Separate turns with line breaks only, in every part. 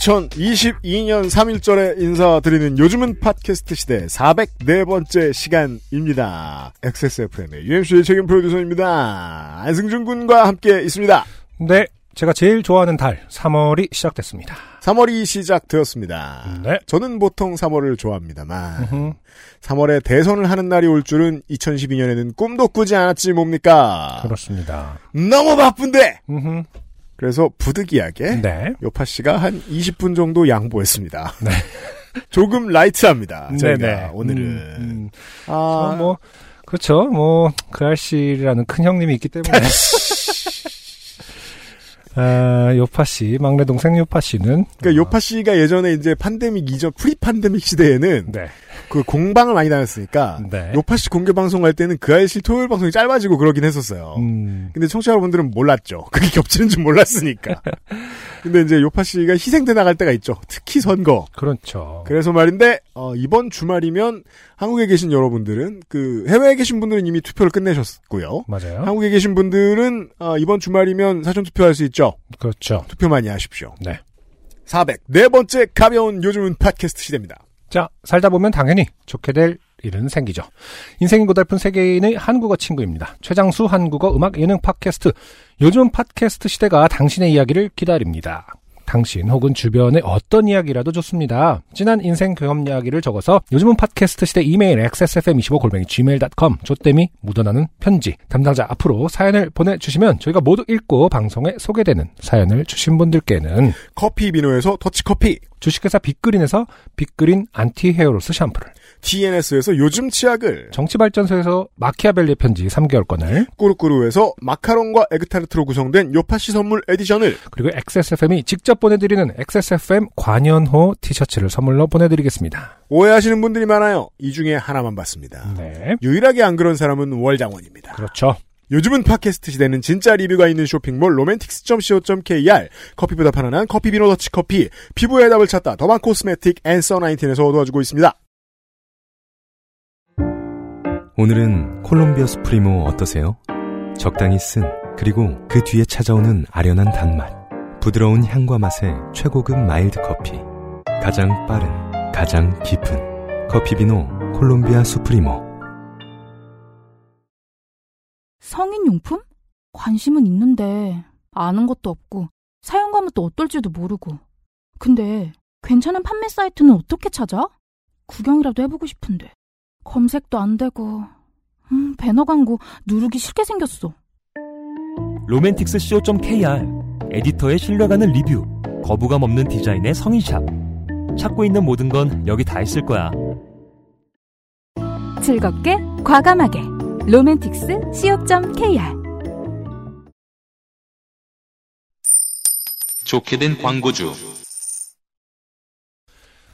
(2022년 3일절에) 인사드리는 요즘은 팟캐스트 시대 (404번째) 시간입니다 XSFM의 UMC의 책임 프로듀서입니다 안승준 군과 함께 있습니다
네, 제가 제일 좋아하는 달 3월이 시작됐습니다.
3월이 시작되었습니다
네.
저는 보통 3월을 좋아합니다만
음,
3월에 대선을 하는 날이 올 줄은 2012년에는 꿈도 꾸지 않았지 뭡니까
그렇습니다.
너무 바쁜데
음,
그래서 부득이하게
네.
요파 씨가 한 20분 정도 양보했습니다.
네.
조금 라이트합니다. 아, 저희가
네네.
오늘은
음, 음.
아,
어, 뭐 그렇죠. 뭐그 아씨라는 큰 형님이 있기 때문에. 아, 요파 씨, 막내 동생 요파 씨는
그러니까 요파 씨가 예전에 이제 판데믹 이전 프리 판데믹 시대에는
네,
그 공방을 많이 다녔으니까
네.
아, 요파 씨 공개 방송할 때는 그 아이씨 토요일 방송이 짧아지고 그러긴 했었어요.
음,
근데 청취자 여러분들은 몰랐죠. 그게 겹치는 줄 몰랐으니까. 근데 이제 요파 씨가 희생돼 나갈 때가 있죠. 특히 선거.
그렇죠.
그래서 말인데 어, 이번 주말이면 한국에 계신 여러분들은 그 해외에 계신 분들은 이미 투표를 끝내셨고요.
맞아요.
한국에 계신 분들은 어, 이번 주말이면 사전 투표할 수 있죠.
그렇죠.
투표 많이 하십시오.
네.
404번째 가벼운 요즘은 팟캐스트 시대입니다.
자, 살다 보면 당연히 좋게 될 일은 생기죠. 인생이 고달픈 세계인의 한국어 친구입니다. 최장수 한국어 음악 예능 팟캐스트. 요즘 팟캐스트 시대가 당신의 이야기를 기다립니다. 당신 혹은 주변의 어떤 이야기라도 좋습니다. 지난 인생 경험 이야기를 적어서 요즘은 팟캐스트 시대 이메일 xsfm25골뱅이 gmail.com 조땜이 묻어나는 편지 담당자 앞으로 사연을 보내주시면 저희가 모두 읽고 방송에 소개되는 사연을 주신 분들께는
커피 비노에서 더치커피,
주식회사 빅그린에서 빅그린 안티 헤어로스 샴푸를
TNS에서 요즘 치약을,
정치발전소에서 마키아벨리 편지 3개월권을
꾸루꾸루에서 마카롱과 에그타르트로 구성된 요파시 선물 에디션을
그리고 XSFM이 직접 보내드리는 XSFM 관현호 티셔츠를 선물로 보내드리겠습니다.
오해하시는 분들이 많아요. 이 중에 하나만 봤습니다.
네.
유일하게 안 그런 사람은 월장원입니다.
그렇죠.
요즘은 팟캐스트 시대는 진짜 리뷰가 있는 쇼핑몰 로맨틱스.co.kr 커피보다 편안한 커피비노 더치커피 피부의 답을 찾다 더만 코스메틱 앤서 19에서 도와주고 있습니다.
오늘은 콜롬비아 수프리모 어떠세요? 적당히 쓴 그리고 그 뒤에 찾아오는 아련한 단맛 부드러운 향과 맛의 최고급 마일드 커피 가장 빠른 가장 깊은 커피 비노 콜롬비아 수프리모
성인용품? 관심은 있는데 아는 것도 없고 사용감은 또 어떨지도 모르고 근데 괜찮은 판매 사이트는 어떻게 찾아? 구경이라도 해보고 싶은데 검색도 안 되고 음, 배너 광고 누르기 싫게 생겼어
로맨틱스 co.kr 에디터의 신뢰가는 리뷰 거부감 없는 디자인의 성인샵 찾고 있는 모든 건 여기 다 있을 거야
즐겁게 과감하게 로맨틱스 co.kr
좋게 된 광고주.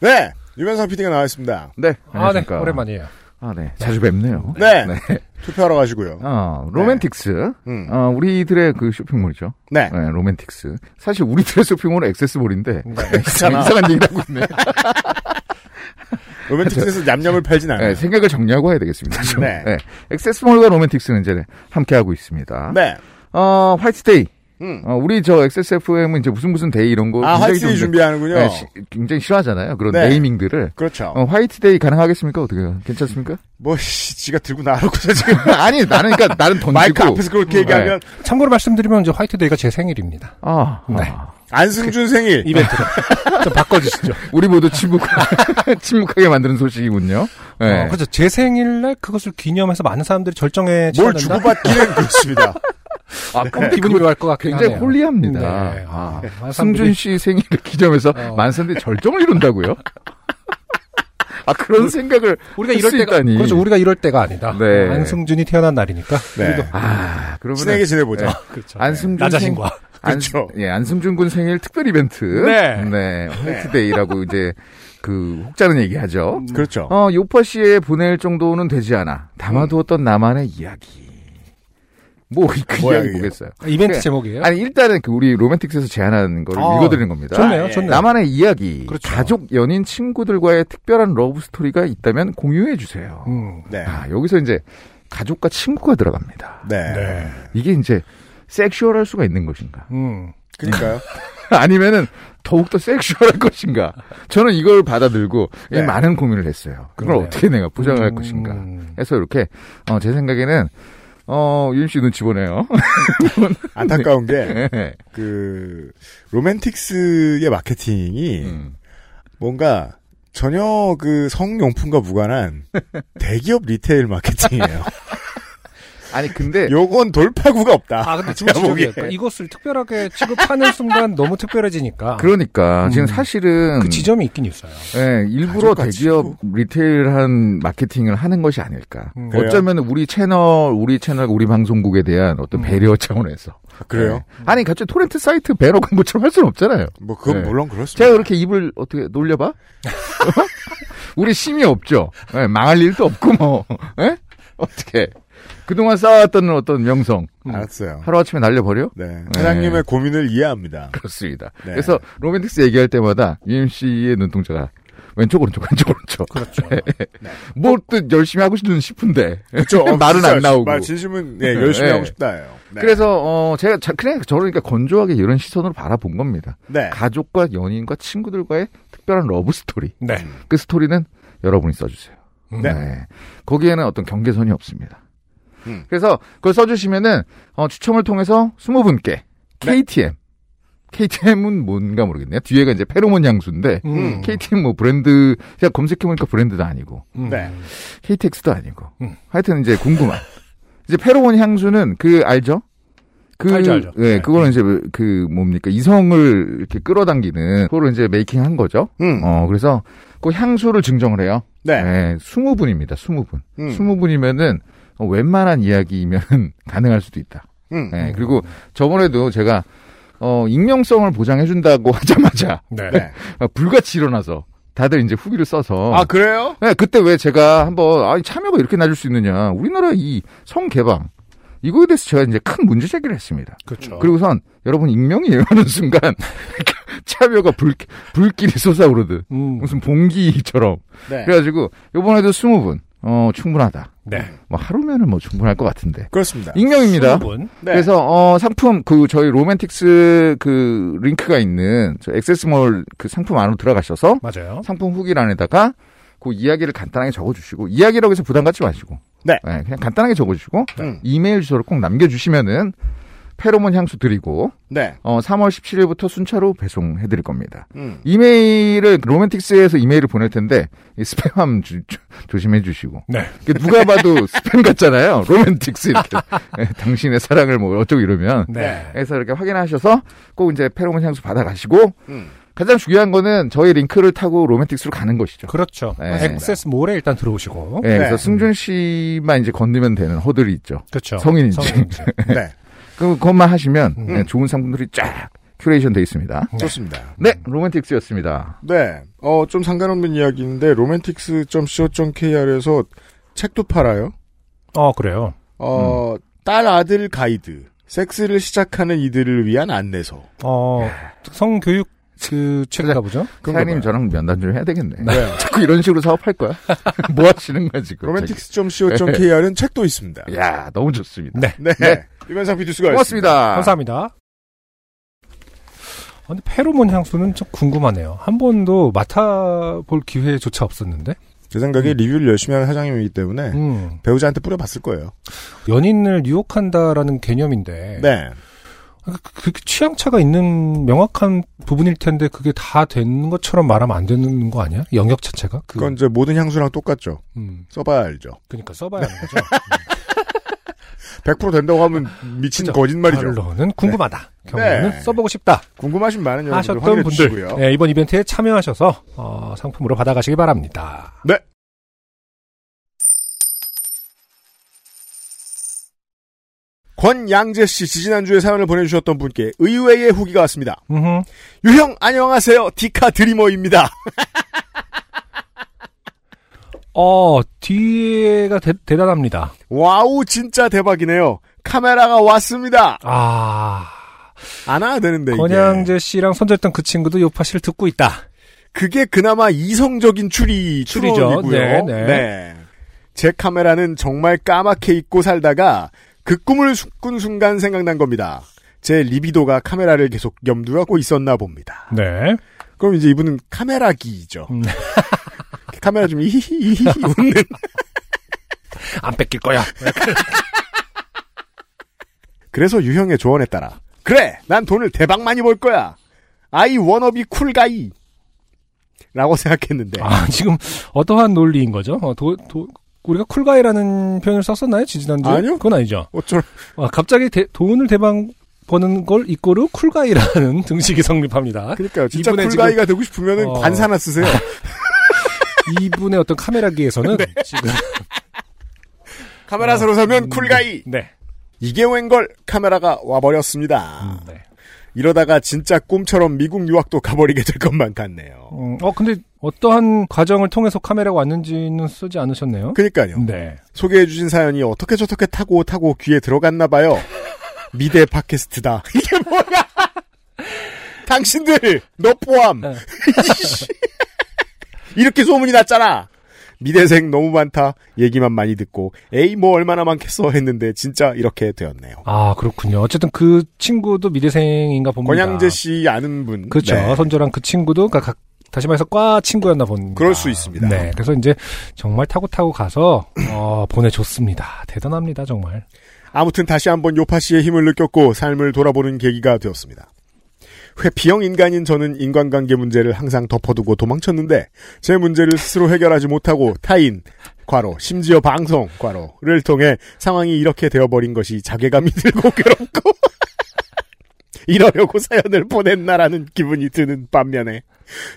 네 유명상 PD가 나와있습니다.
네.
아, 네.
안녕하십니까.
오랜만이에요.
아, 네. 자주 뵙네요.
네, 투표하러 가시고요.
어, 로맨틱스.
음.
어, 우리들의 그 쇼핑몰이죠.
네.
네, 로맨틱스. 사실 우리들의 쇼핑몰은 액세스몰인데.
네, 그렇잖아.
이상한 얘기를 하고 있네.
로맨틱스에서 냠냠을 팔진 않아요.
네, 생각을 정리하고 해야 되겠습니다. 좀.
네.
액세스몰과 로맨틱스는 이제 함께하고 있습니다.
네.
어, 화이트데이.
음.
어, 우리 저 XSFM은 이제 무슨 무슨 데이 이런 거.
아,
굉장히
화이트데이
좀-
준비하는군요.
네, 시- 굉장히 싫어하잖아요. 그런
네.
네이밍들을.
그렇죠.
어, 화이트데이 가능하겠습니까? 어떻게, 괜찮습니까?
뭐, 씨, 지가 들고 나오고서 지금
아니, 나는, 그러니까 나는 던지고.
마이크 앞에서 그렇게 얘기하면
참고로 말씀드리면 이제 화이트데이가 제 생일입니다. 어,
아,
네.
아.
안승준 생일.
이벤트로. 좀 바꿔주시죠.
우리 모두 침묵, 침묵하게 만드는 소식이군요. 네.
어, 그렇죠. 제 생일날 그것을 기념해서 많은 사람들이 절정에
뭘
치닫는다?
주고받기는 그렇습니다.
아,
좀 기분이 묘할 것 같긴
굉장히
네. 하네요.
홀리합니다.
네.
아,
많은
승준
사람들이-
씨 생일을 기념해서
어.
만선대 절정을 이룬다고요? 아, 그런 생각을
우리가
할
이럴
수
때가
있다니.
그렇죠. 우리가 이럴 때가 아니다.
네.
안승준이 태어나는 날이니까.
네.
아, 그러면
친하게 지내보자.
그렇죠.
안승준
나
생-
자신과
안,
그렇죠.
예, 안승준 군 생일 특별 이벤트.
네.
화이트데이라고 이제 그 혹자는 얘기하죠.
음.
그렇죠.
어, 요파 씨에 보낼 정도는 되지 않아. 담아두었던 나만의 이야기. 뭐, 그
뭐야,
이야기
이게.
보겠어요.
이벤트
네.
제목이에요.
아니, 일단은 그 우리 로맨틱스에서 제안하는 걸
아,
읽어드리는 겁니다.
좋네요, 좋네요.
나만의 이야기.
그렇죠.
가족, 연인, 친구들과의 특별한 러브 스토리가 있다면 공유해주세요.
음.
네.
아, 여기서 이제 가족과 친구가 들어갑니다.
네.
네.
이게 이제 섹슈얼할 수가 있는 것인가?
음.
그러니까요.
아니면은 더욱더 섹슈얼할 것인가? 저는 이걸 받아들고 이
네.
많은 고민을 했어요. 그걸
그러네요.
어떻게 내가 포장할
음.
것인가? 해서 이렇게 어, 제 생각에는 어, 유임 씨 눈치 보네요.
안타까운 게,
네.
그, 로맨틱스의 마케팅이
음.
뭔가 전혀 그 성용품과 무관한 대기업 리테일 마케팅이에요.
아니 근데
요건 돌파구가 없다.
아, 근데 지금
제목이.
지적이야. 이것을 특별하게 취급하는 순간 너무
아.
특별해지니까. 그
그러니까
음.
지금 사실은
지점이 있긴 있어요.
예, 일부러
가족같이
대기업 리테일한 마케팅을 하는 것이 아닐까.
음.
그래요?
어쩌면 우리 채널, 우리 채널, 우리 방송국에 대한 어떤
음.
배려 차원에서.
그래요?
네. 아니 갑자기 토렌트 사이트 배너 광고처럼 할 수는 없잖아요.
뭐, 그건
네.
물론 그렇습니다.
제가 그렇게 입을 어떻게 놀려봐? 우리 심이 없죠. 예, 망할 일도 없고 뭐. 예? 어떻게? 그동안 쌓아왔던 어떤 명성
알았어요.
하루아침에 날려버려?
네. 사장님의
네.
고민을 이해합니다.
그렇습니다.
네.
그래서 로맨틱스 얘기할 때마다 유임 씨의 눈동자가 왼쪽 오른쪽 왼쪽 오른쪽. 네.
그렇죠.
뭐또 열심히 하고 싶은 싶은데
네. 그쵸. 어,
말은
진짜
안 나오고.
말 진심은, 네, 열심히
네.
하고 싶다예요. 네.
그래서 어 제가 자, 그냥 저러니까 건조하게 이런 시선으로 바라본 겁니다.
네.
가족과 연인과 친구들과의 특별한 러브 스토리.
네.
그 스토리는 여러분이 써주세요.
네.
거기에는 어떤 경계선이 없습니다.
음.
그래서 그걸 써주시면은 어, 추첨을 통해서 20분께
네.
KTM KTM은 뭔가 모르겠네요. 뒤에가 이제 페로몬 향수인데
음.
KTM 뭐 브랜드 제가 검색해보니까 브랜드도 아니고
음.
네.
KTX도 아니고
음.
하여튼 이제 궁금한 이제 페로몬 향수는 그 알죠? 그,
알죠, 알죠.
예,
네.
그거는 이제 그 뭡니까 이성을 이렇게 끌어당기는 그거를 이제 메이킹한 거죠.
음.
어 그래서 그 향수를 증정을 해요.
네.
네, 20분입니다. 20분.
음.
20분이면은 어, 웬만한 이야기이면 가능할 수도 있다.
음.
네, 그리고 저번에도 제가 어, 익명성을 보장해준다고 하자마자 아,
네.
네.
불같이 일어나서 다들 이제 후기를 써서
아, 그래요?
네, 그때 왜 제가 한번 아니 참여가 이렇게 낮을 수 있느냐 우리나라 이 성 개방 이거에 대해서 제가 이제 큰 문제 제기를 했습니다.
어.
그렇죠.
그리고선 여러분 익명이에요 하는 순간 참여가 불 불길이 솟아오르듯
음.
무슨 봉기처럼
네.
그래가지고 요번에도 20분 어 충분하다.
네.
뭐 하루면은 뭐 충분할 것 같은데.
그렇습니다.
익명입니다.
충분.
네.
그래서 어 상품 그 저희 로맨틱스 그 링크가 있는 저 액세스몰 그 상품 안으로 들어가셔서
맞아요.
상품 후기란에다가 그 이야기를 간단하게 적어주시고 이야기라고 해서 부담 갖지 마시고
네.
그냥 간단하게 적어주시고
음.
이메일 주소를 꼭 남겨주시면은 페로몬 향수 드리고
네.
어 3월 17일부터 순차로 배송해드릴 겁니다.
음.
이메일을 로맨틱스에서 이메일을 보낼 텐데 이 스팸함 주- 조- 조심해 주시고
네.
이게 누가 봐도 스팸 같잖아요 로맨틱스 이렇게 예, 당신의 사랑을 뭐 어쩌고 이러면
네.
그래서 이렇게 확인하셔서 꼭 이제 페로몬 향수 받아가시고
음.
가장 중요한 거는 저희 링크를 타고 로맨틱스로 가는 것이죠.
그렇죠.
네.
액세스 몰에 일단 들어오시고.
예, 그래서
네.
승준 씨만 이제 건드면 되는 허들이 있죠.
그렇죠.
성인인지.
성인인지.
네.
그 그것만 하시면
음.
예, 좋은 상품들이 쫙 큐레이션 돼 있습니다.
좋습니다.
네, 로맨틱스였습니다.
네. 어, 좀 상관없는 이야기인데, romantics.co.kr에서 책도 팔아요.
어, 그래요.
어, 딸 아들 가이드. 섹스를 시작하는 이들을 위한 안내서.
어, 성교육 그 책인가 보죠?
그런가
사장님
봐요.
저랑 면담 좀 해야 되겠네.
네.
자꾸 이런 식으로 사업할 거야? 뭐 하시는 거야, 지금?
romantics.co.kr은 책도 있습니다.
저기. 야 너무 좋습니다.
네.
네.
네.
유면상 비두스가
고맙습니다.
감사합니다. 아, 근데 페로몬 향수는 좀 궁금하네요. 한 번도 맡아볼 기회조차 없었는데.
제 생각에 리뷰를 열심히 하는 사장님이기 때문에
음.
배우자한테 뿌려봤을 거예요.
연인을 유혹한다라는 개념인데.
네.
그 취향차가 있는 명확한 부분일 텐데 그게 다 되는 것처럼 말하면 안 되는 거 아니야? 영역 자체가? 그,
그건 이제 모든 향수랑 똑같죠.
음,
써봐야 알죠.
그러니까 써봐야 하는 거죠.
그 100% 된다고 하면 미친
그죠.
거짓말이죠.
결론은 궁금하다. 결론은
네.
써보고 싶다.
궁금하신 많은 여러분들
하셨던
확인해
분들
주시고요.
네, 이번 이벤트에 참여하셔서 어, 상품으로 받아가시길 바랍니다.
권양재 씨 지지난주에 사연을 보내주셨던 분께 의외의 후기가 왔습니다.
음흠.
유형 안녕하세요. 디카 드리머입니다.
어, 뒤에가 대, 대단합니다.
와우 진짜 대박이네요. 카메라가 왔습니다.
아,
안 와야 되는데 네, 이게.
권양재 씨랑 선조했던 그 친구도 요파 씨를 듣고 있다.
그게 그나마 이성적인 추리
추리죠.
추론이고요.
네, 네.
제 카메라는 정말 까맣게 잊고 살다가 그 꿈을 수- 꾼 순간 생각난 겁니다. 제 리비도가 카메라를 계속 염두하고 있었나 봅니다.
네.
그럼 이제 이분은 카메라기죠.
음.
카메라 좀 히히히히 웃는
안 뺏길 거야.
그래서 유형의 조언에 따라 그래 난 돈을 대박 많이 벌 거야 아이 워너비 쿨가이 라고 생각했는데
아, 지금 어떠한 논리인 거죠? 어, 도, 도, 우리가 쿨가이라는 표현을 썼었나요? 지지난주?
아니요.
그건 아니죠.
어쩔
아, 갑자기 대- 돈을 대방 버는 걸 이꼬르 쿨가이라는 등식이 성립합니다.
그러니까요 진짜
이분의
쿨가이가 되고 싶으면은
어.
관사나 쓰세요
이분의 어떤 카메라기에서는
네.
지금 어.
카메라 새로 사면 쿨가이
네.
이게 웬걸 카메라가 와버렸습니다
네.
이러다가 진짜 꿈처럼 미국 유학도 가버리게 될 것만 같네요
음, 어 근데 어떠한 과정을 통해서 카메라가 왔는지는 쓰지 않으셨네요.
그러니까요
네.
소개해주신 사연이 어떻게 저렇게 타고 타고 귀에 들어갔나 봐요. 미대 팟캐스트다. 이게 뭐야? 당신들 너 포함.
네.
이씨. 이렇게 소문이 났잖아. 미대생 너무 많다. 얘기만 많이 듣고 에이 뭐 얼마나 많겠어 했는데 진짜 이렇게 되었네요.
아 그렇군요. 어쨌든 그 친구도 미대생인가 봅니다.
권양재 씨 아는 분.
그렇죠.
네.
선조랑 그 친구도 각, 각- 다시 말해서 과 친구였나 봅니다.
그럴 수 있습니다.
네. 그래서 이제 정말 타고 타고 가서 어, 보내줬습니다. 대단합니다 정말.
아무튼 다시 한번 요파 씨의 힘을 느꼈고 삶을 돌아보는 계기가 되었습니다. 회피형 인간인 저는 인간관계 문제를 항상 덮어두고 도망쳤는데 제 문제를 스스로 해결하지 못하고 타인 과로 심지어 방송 과로를 통해 상황이 이렇게 되어버린 것이 자괴감이 들고 괴롭고 이러려고 사연을 보냈나라는 기분이 드는 반면에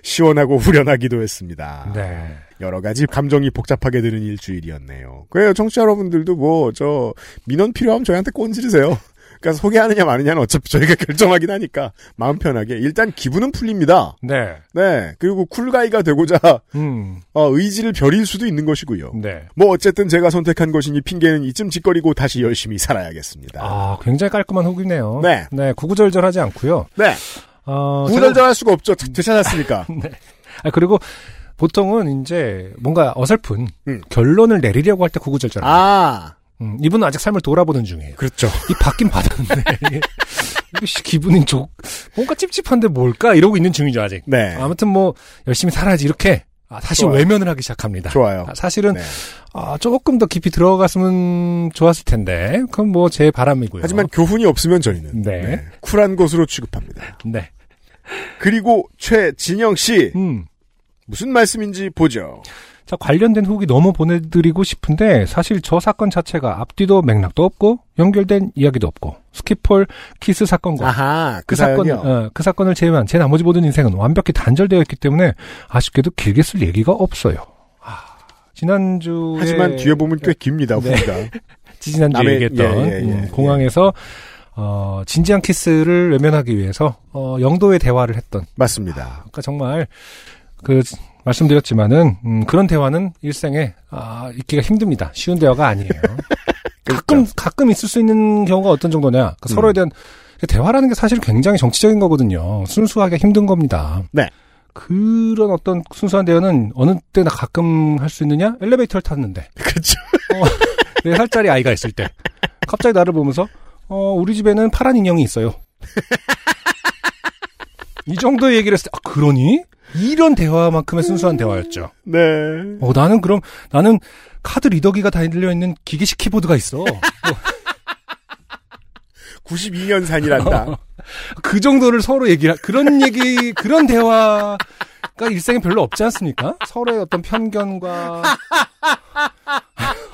시원하고 후련하기도 했습니다.
네.
여러 가지 감정이 복잡하게 드는 일주일이었네요. 그래요, 청취자 여러분들도 뭐, 저, 민원 필요하면 저희한테 꼰지르세요. 그러니까 소개하느냐 마느냐는 어차피 저희가 결정하긴 하니까 마음 편하게 일단 기분은 풀립니다.
네.
네 그리고 쿨가이가 되고자
음.
어, 의지를 벼릴 수도 있는 것이고요.
네.
뭐 어쨌든 제가 선택한 것이니 핑계는 이쯤 짓거리고 다시 열심히 살아야겠습니다.
아 굉장히 깔끔한 후기네요.
네.
네. 구구절절하지 않고요.
네
어, 제가-
구절절할 수가 없죠. 되- 되찾았으니까.
아, 그리고 보통은 이제 뭔가 어설픈
음.
결론을 내리려고 할 때 구구절절. 아.
아
음, 이분은 아직 삶을 돌아보는 중이에요.
그렇죠.
이 받긴 받았는데 이게 씨, 기분이 좀 뭔가 찝찝한데 뭘까 이러고 있는 중이죠 아직.
네
아무튼 뭐 열심히 살아야지 이렇게 아, 다시
좋아요.
외면을 하기 시작합니다.
좋아요.
아, 사실은
네.
아, 조금 더 깊이 들어갔으면 좋았을 텐데 그건 뭐 제 바람이고요.
하지만 교훈이 없으면 저희는
네.
네, 쿨한 것으로 취급합니다.
네,
그리고 최진영 씨
음.
무슨 말씀인지 보죠.
자, 관련된 후기 너무 보내드리고 싶은데, 사실 저 사건 자체가 앞뒤도 맥락도 없고, 연결된 이야기도 없고, 스키폴 키스 사건과
아하
그 사건, 어, 그 사건을 제외한 제 나머지 모든 인생은 완벽히 단절되어 있기 때문에, 아쉽게도 길게 쓸 얘기가 없어요. 아, 지난주에.
하지만 뒤에 보면 꽤 깁니다.
네.
후기가
지난주에
남의-
얘기했던,
예, 예, 예,
음,
예.
공항에서, 어, 진지한 키스를 외면하기 위해서, 어, 영도의 대화를 했던,
맞습니다.
아까 그러니까 정말 그 말씀드렸지만은 음, 그런 대화는 일생에 아, 있기가 힘듭니다. 쉬운 대화가 아니에요. 가끔
그러니까.
가끔 있을 수 있는 경우가 어떤 정도냐?
음.
그 서로에 대한 대화라는 게 사실 굉장히 정치적인 거거든요. 순수하게 힘든 겁니다.
네.
그런 어떤 순수한 대화는 어느 때나 가끔 할 수 있느냐? 엘리베이터를 탔는데
그렇죠.
네 살짜리 아이가 있을 때 갑자기 나를 보면서 어 우리 집에는 파란 인형이 있어요. 이 정도 얘기를 했을 때 아, 그러니 이런 대화만큼의 순수한 대화였죠.
네.
어 나는 그럼 나는 카드 리더기가 달려 있는 기계식 키보드가 있어.
92년 산이란다.
그 정도를 서로 얘기할 그런 얘기 그런 대화가 일생에 별로 없지 않습니까? 서로의 어떤 편견과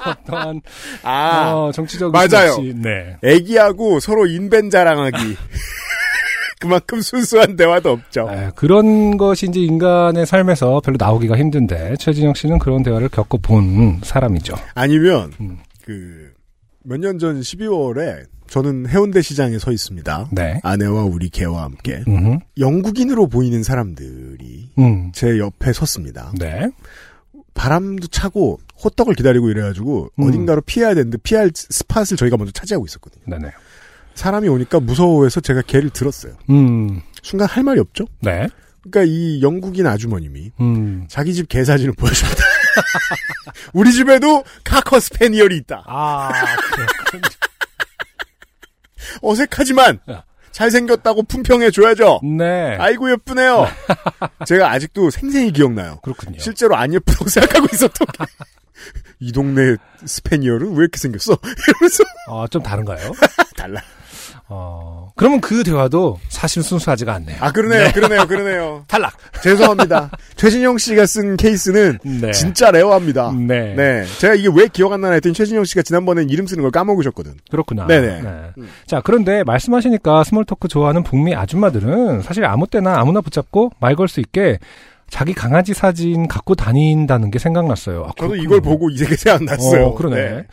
어떠한
아
어, 정치적
맞아요.
의심 없이, 네.
애기하고 서로 인벤 자랑하기. 그만큼 순수한 대화도 없죠.
에, 아, 그런 것이 이제 인간의 삶에서 별로 나오기가 힘든데 최진영 씨는 그런 대화를 겪어본 사람이죠.
아니면
음.
그 몇 년 전 12월에 저는 해운대 시장에 서 있습니다.
네.
아내와 우리 개와 함께
음.
영국인으로 보이는 사람들이
음.
제 옆에 섰습니다.
네.
바람도 차고 호떡을 기다리고 이래가지고
음.
어딘가로 피해야 되는데 피할 스팟을 저희가 먼저 차지하고 있었거든요.
네네.
사람이 오니까 무서워해서 제가 개를 들었어요.
음.
순간 할 말이 없죠.
네.
그러니까 이 영국인 아주머님이
음.
자기 집 개 사진을 보여줍니다. 우리 집에도 카커 스페니얼이 있다.
아,
어색하지만
야.
잘생겼다고 품평해 줘야죠.
네.
아이고 예쁘네요. 제가 아직도 생생히 기억나요.
그렇군요.
실제로 안 예쁘다고 생각하고 있었던 게. 이 동네 스페니얼은 왜 이렇게 생겼어? 이러면서
어, 좀 다른가요?
달라.
어, 그러면 그 대화도 사실 순수하지가 않네요.
아 그러네요, 그러네요, 그러네요.
탈락.
죄송합니다. 최진영 씨가 쓴 케이스는
네.
진짜 레어합니다.
네.
네, 제가 이게 왜 기억 안 나나 했더니 최진영 씨가 지난번엔 이름 쓰는 걸 까먹으셨거든.
그렇구나.
네네. 음.
네. 자, 그런데 말씀하시니까 스몰 토크 좋아하는 북미 아줌마들은 사실 아무 때나 아무나 붙잡고 말 걸 수 있게 자기 강아지 사진 갖고 다닌다는 게 생각났어요. 아,
저도
그렇군요.
이걸 보고 이게 생각났어요.
어, 그러네.
네.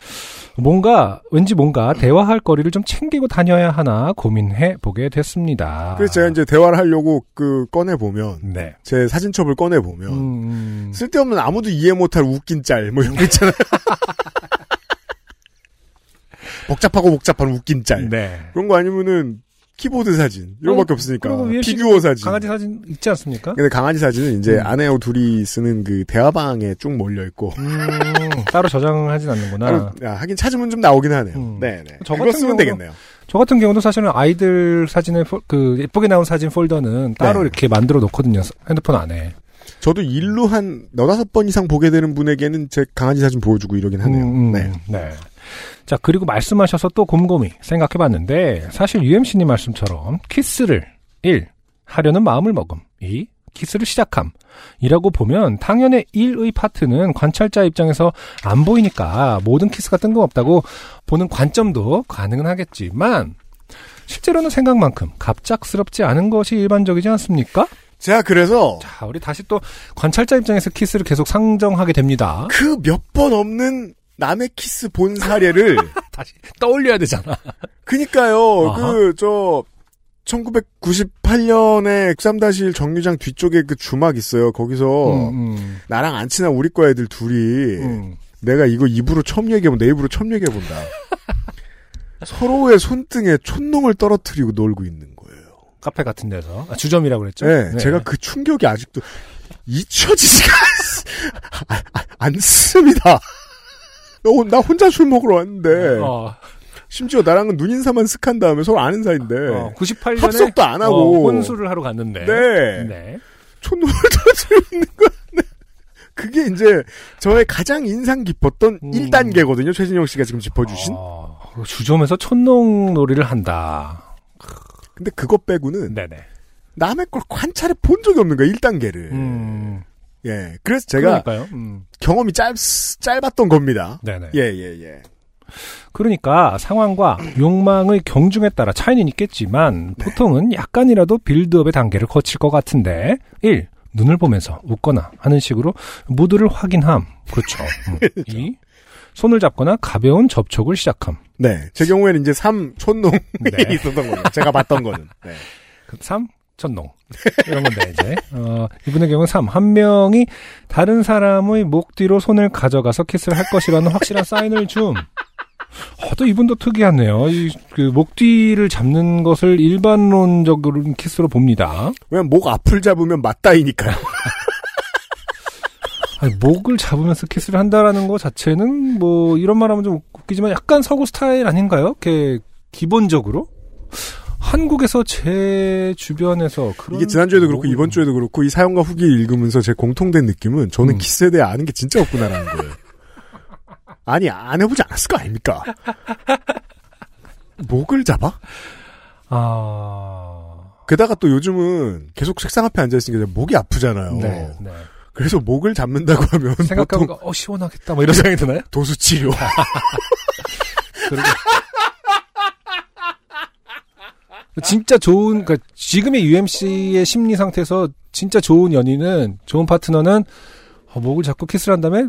뭔가 왠지 뭔가 대화할 거리를 좀 챙기고 다녀야 하나 고민해 보게 됐습니다.
그래서 제가 이제 대화를 하려고 그 꺼내 보면
네.
제 사진첩을 꺼내 보면
음, 음.
쓸데없는 아무도 이해 못할 웃긴 짤 뭐 이런 거 있잖아요. 복잡하고 복잡한 웃긴 짤
네.
그런 거 아니면은 키보드 사진 이런
그럼,
밖에 없으니까
그럼 위에
그러니까 피규어 사진.
강아지 사진 있지 않습니까?
근데 강아지 사진은 이제
음.
아내하고 둘이 쓰는 그 대화방에 쭉 몰려 있고
음, 따로 저장하진 않는구나.
따로- 아, 하긴 찾으면 좀 나오긴 하네요.
음.
네네.
저
그거
같은
쓰면
경우는-
되겠네요.
저 같은 경우도 사실은 아이들 사진의 폴- 그 예쁘게 나온 사진 폴더는 따로
네.
이렇게 만들어 놓거든요. 핸드폰 안에.
저도 일로 한 너다섯 번 이상 보게 되는 분에게는 제 강아지 사진 보여주고 이러긴 하네요.
음, 음,
네.
네. 자 그리고 말씀하셔서 또 곰곰이 생각해봤는데 사실 UMC님 말씀처럼 키스를 1. 하려는 마음을 먹음 2. 키스를 시작함 이라고 보면 당연히 1의 파트는 관찰자 입장에서 안 보이니까 모든 키스가 뜬금없다고 보는 관점도 가능은 하겠지만 실제로는 생각만큼 갑작스럽지 않은 것이 일반적이지 않습니까?
제가 그래서
자, 우리 다시 또 관찰자 입장에서 키스를 계속 상정하게 됩니다.
그 몇 번 없는 남의 키스 본 사례를
다시 떠올려야 되잖아.
그니까요.
아하.
그 저 1998년에 3-1 정류장 뒤쪽에 그 주막 있어요. 거기서
음, 음,
나랑 안 친한 우리 과 애들 둘이
음.
내가 이거 입으로 처음 얘기해본다. 내 입으로 처음 얘기해본다. 서로의 손등에 촛농을 떨어뜨리고 놀고 있는 거예요.
카페 같은 데서 아, 주점이라고 그랬죠.
네, 제가 그 충격이 아직도 잊혀지지가 않- 아, 아, 않습니다. 어, 나 혼자 술 먹으러 왔는데
어,
심지어 나랑은 눈인사만 슥한 다음에 서로 아는 사이인데
어, 98년에
예.
어,
합석도 안 하고.
혼술을 하러 갔는데.
네.
네.
촛농을 터뜨리고 있는 거 그게 이제 저의 가장 인상 깊었던
음.
1단계거든요. 최진영 씨가 지금 짚어주신.
어, 주점에서 촌농 놀이를 한다.
근데 그거 빼고는
네네.
남의 걸 관찰해 본 적이 없는 거야, 1단계를.
음,
예. 그래서 제가
그러니까요. 음,
경험이 짧, 짧았던 겁니다.
네네.
예, 예, 예.
그러니까 상황과 욕망의 경중에 따라 차이는 있겠지만
네.
보통은 약간이라도 빌드업의 단계를 거칠 것 같은데 1. 눈을 보면서 웃거나 하는 식으로 무드를 확인함. 그렇죠. 2. 손을 잡거나 가벼운 접촉을 시작함.
네. 제 경우에는 이제 삼 촌농이
네.
있었던 거예요. 제가 봤던 거는. 네.
3. 첫농. 이런 건데, 이제. 어, 이분의 경우는 3. 한 명이 다른 사람의 목 뒤로 손을 가져가서 키스를 할 것이라는 확실한 사인을 줌. 어, 또 이분도 특이하네요. 이, 그, 목 뒤를 잡는 것을 일반론적인 키스로 봅니다.
왜냐면 목 앞을 잡으면 맞다이니까요.
아니, 목을 잡으면서 키스를 한다라는 거 자체는 뭐, 이런 말 하면 좀 웃기지만 약간 서구 스타일 아닌가요? 이렇게, 기본적으로? 한국에서 제 주변에서 그런
이게 지난주에도 그렇고
뭐-
이번 주에도 그렇고 이 사연과 후기 읽으면서 제 공통된 느낌은 저는
음.
키스에 대해 아는 게 진짜 없구나라는 거예요. 아니, 안 해보지 않았을 거 아닙니까? 목을 잡아?
아.
게다가 또 요즘은 계속 책상 앞에 앉아있으니까 목이 아프잖아요.
네, 네.
그래서 목을 잡는다고 하면 보통
생각하니까 어 시원하겠다 뭐 이런 생각이 드나요?
도수치료.
그리고 진짜 좋은 그러니까 지금의 UMC의 심리 상태에서 진짜 좋은 연인은 좋은 파트너는 어, 목을 잡고 키스를 한 다음에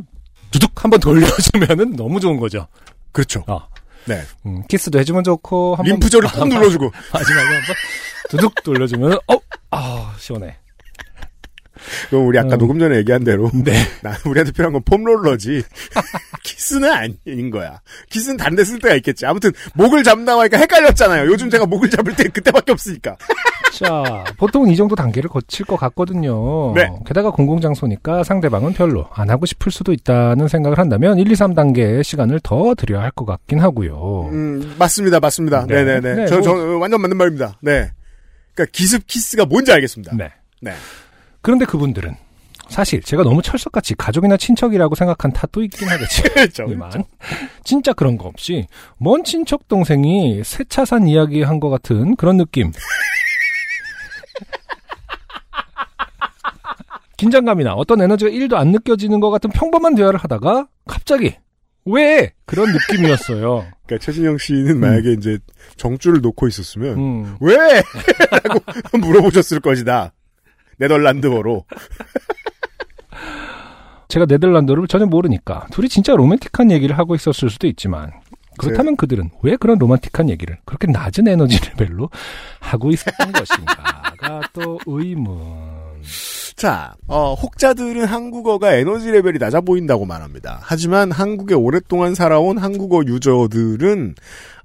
두둑 한번 돌려주면은 너무 좋은 거죠.
그렇죠.
어.
네.
음, 키스도 해주면 좋고 한번 아,
림프절을 꾹 눌러주고.
마지막에 한번 두둑 돌려주면 어아 시원해.
그럼 우리 아까
음.
녹음 전에 얘기한 대로
네.
나 우리한테 필요한 건 폼롤러지. 키스는 아닌 거야. 키스는 다른 데 쓸 때가 있겠지. 아무튼 목을 잡는다고 하니까 헷갈렸잖아요. 요즘 제가 목을 잡을 때 그때밖에 없으니까.
자 보통 이 정도 단계를 거칠 것 같거든요.
네.
게다가 공공장소니까 상대방은 별로 안 하고 싶을 수도 있다는 생각을 한다면 1, 2, 3 단계의 시간을 더 드려야 할 것 같긴 하고요.
음, 맞습니다. 맞습니다.
네.
네, 네, 네.
네,
저,
뭐-
저 어, 완전 맞는 말입니다. 네. 그러니까 기습 키스가 뭔지 알겠습니다.
네.
네.
그런데 그분들은 사실 제가 너무 철석같이 가족이나 친척이라고 생각한 탓도 있긴 하겠지.
그렇죠.
만 진짜 그런 거 없이 먼 친척 동생이 새 차 산 이야기 한 것 같은 그런 느낌. 긴장감이나 어떤 에너지가 1도 안 느껴지는 것 같은 평범한 대화를 하다가 갑자기 왜 그런 느낌이었어요.
그러니까 최진영 씨는 만약에 이제 정줄을 놓고 있었으면
음.
왜? 라고 물어보셨을 것이다. 네덜란드어로.
제가 네덜란드를 전혀 모르니까 둘이 진짜 로맨틱한 얘기를 하고 있었을 수도 있지만 그렇다면 그들은 왜 그런 로man틱한 얘기를 그렇게 낮은 에너지 레벨로 하고 있었던 것인가가 또 의문.
자, 어, 혹자들은 한국어가 에너지 레벨이 낮아 보인다고 말합니다. 하지만 한국에 오랫동안 살아온 한국어 유저들은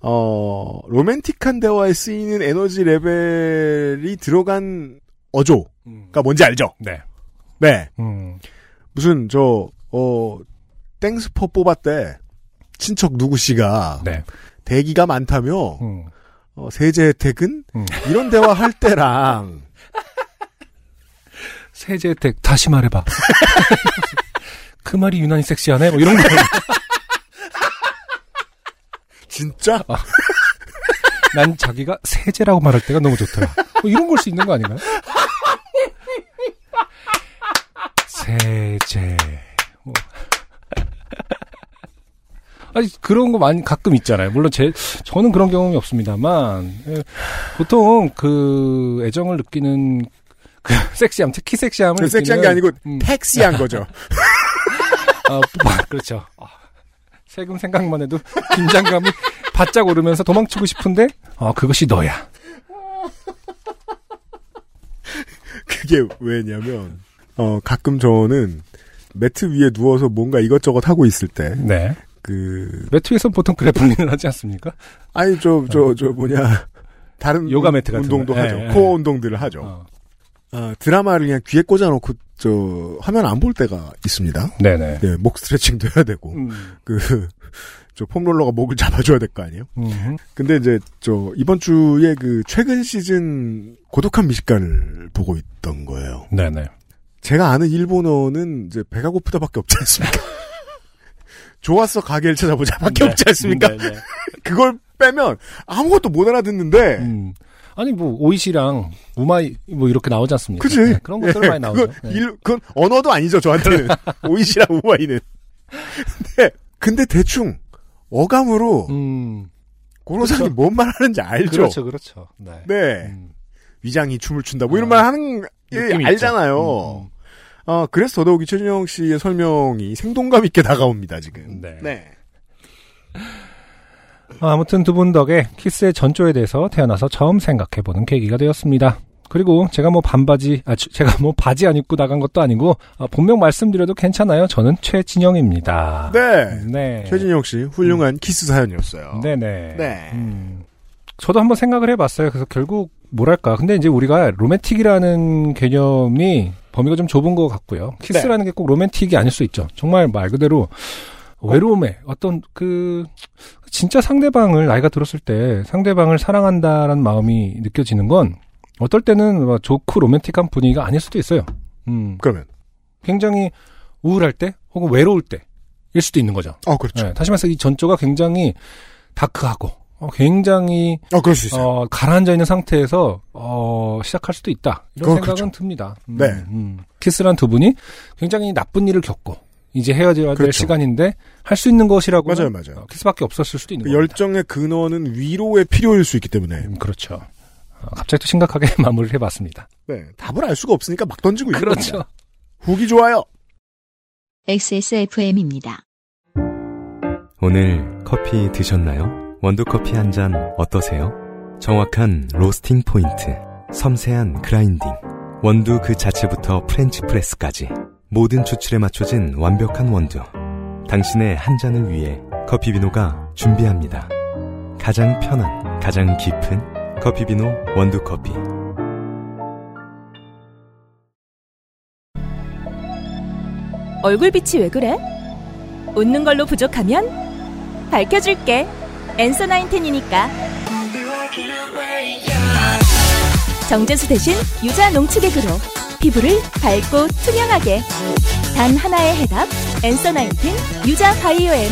어, 로맨틱한 대화에 쓰이는 에너지 레벨이 들어간 어조가 뭔지 알죠?
네.
네.
음.
무슨 저 어, 땡스퍼 뽑았대. 친척 누구 씨가
네.
대기가 많다며
음.
어, 세제 혜택은
음.
이런 대화 할 때랑
세제 혜택 다시 말해봐. 그 말이 유난히 섹시하네. 뭐 이런 거.
진짜
아, 난 자기가 세제라고 말할 때가 너무 좋더라. 뭐 이런 걸 수 있는 거 아닌가요? 세제. 뭐. 아니 그런 거 많이 가끔 있잖아요. 물론 제 저는 그런 경험이 없습니다만 예, 보통 그 애정을 느끼는 그 섹시함, 특히 섹시함을 느끼는
그 섹시한 게 아니고
음.
택시한 거죠.
아, 뽀- 그렇죠. 아, 세금 생각만 해도 긴장감이 바짝 오르면서 도망치고 싶은데, 어, 그것이 너야.
그게 왜냐면 어 가끔 저는 매트 위에 누워서 뭔가 이것저것 하고 있을
네.
때 그
매트에서 보통 그래플링을 하지 않습니까?
아니 저 저 저 뭐냐 다른
어. 요가
운-
매트 같은
운동도
거.
하죠
예, 예.
코어 운동들을 하죠
어.
아, 드라마를 그냥 귀에 꽂아놓고 저 화면 안 볼 때가 있습니다
네네.
네, 목 스트레칭도 해야 되고
음.
그 저 폼롤러가 목을 잡아줘야 될 거 아니에요
음.
근데 이제 저 이번 주에 그 최근 시즌 고독한 미식가를 보고 있던 거예요
네네.
제가 아는 일본어는 이제 배가 고프다밖에 없지 않습니까? 좋았어 가게를 찾아보자밖에 없지 않습니까?
네. 네네.
그걸 빼면 아무것도 못 알아듣는데
음. 아니, 뭐, 오이시랑 우마이, 뭐, 이렇게 나오지 않습니까?
그지?
네, 그런 것들 많이 나오죠.
그건,
네.
일- 그건 언어도 아니죠 저한테는 오이시라 우마이는. 근데, 근데 대충 어감으로
음.
고로상이
그렇죠.
뭔 말하는지 알죠.
그렇죠, 그렇죠. 네.
네
음.
위장이 춤을 춘다 뭐 이런
어.
말 하는 게
느낌이 음,
알잖아요.
있죠.
아, 그래서 더더욱이 최준영 씨의 설명이 생동감 있게 다가옵니다 지금.
네.
네.
아, 아무튼 두 분 덕에 키스의 전조에 대해서 태어나서 처음 생각해보는 계기가 되었습니다. 그리고 제가 뭐 반바지, 아, 주- 제가 뭐 바지 안 입고 나간 것도 아니고, 아, 본명 말씀드려도 괜찮아요. 저는 최진영입니다.
네.
네.
최진영 씨 훌륭한 키스 사연이었어요.
음. 네네.
네.
음. 저도 한번 생각을 해봤어요. 그래서 결국, 뭐랄까. 근데 이제 우리가 로맨틱이라는 개념이 범위가 좀 좁은 것 같고요. 키스라는 게 꼭 로맨틱이 아닐 수 있죠. 정말 말 그대로 외로움에 어떤 그, 진짜 상대방을 나이가 들었을 때 상대방을 사랑한다라는 마음이 느껴지는 건 어떨 때는 막 좋고 로맨틱한 분위기가 아닐 수도 있어요. 음.
그러면
굉장히 우울할 때 혹은 외로울 때일 수도 있는 거죠.
어 그렇죠.
네, 다시 말해서 이 전조가 굉장히 다크하고 어, 굉장히
어 그럴 수 있어요.
어, 가라앉아 있는 상태에서 어, 시작할 수도 있다 이런
그건
생각은
그렇죠.
듭니다. 음,
네.
음. 키스란 두 분이 굉장히 나쁜 일을 겪고 이제 헤어져야 될
그렇죠.
시간인데 할 수 있는 것이라고
맞아요, 맞아요.
키스밖에 없었을 수도 있는
그
겁니다.
열정의 근원은 위로의 필요일 수 있기 때문에
뭐. 음, 그렇죠. 어, 갑자기 또 심각하게 마무리를 해봤습니다.
네, 답을 알 수가 없으니까 막 던지고 있는
그렇죠.
겁니다. 후기 좋아요.
XSFM입니다.
오늘 커피 드셨나요? 원두커피 한 잔 어떠세요? 정확한 로스팅 포인트, 섬세한 그라인딩, 원두 그 자체부터 프렌치 프레스까지 모든 추출에 맞춰진 완벽한 원두. 당신의 한 잔을 위해 커피비노가 준비합니다. 가장 편한, 가장 깊은 커피비노 원두커피.
얼굴빛이 왜 그래? 웃는 걸로 부족하면 밝혀줄게. 엔서 나인텐이니까. 정제수 대신 유자 농축액으로 피부를 밝고 투명하게. 단 하나의 해답. 엔서 나인텐 유자 바이오엠.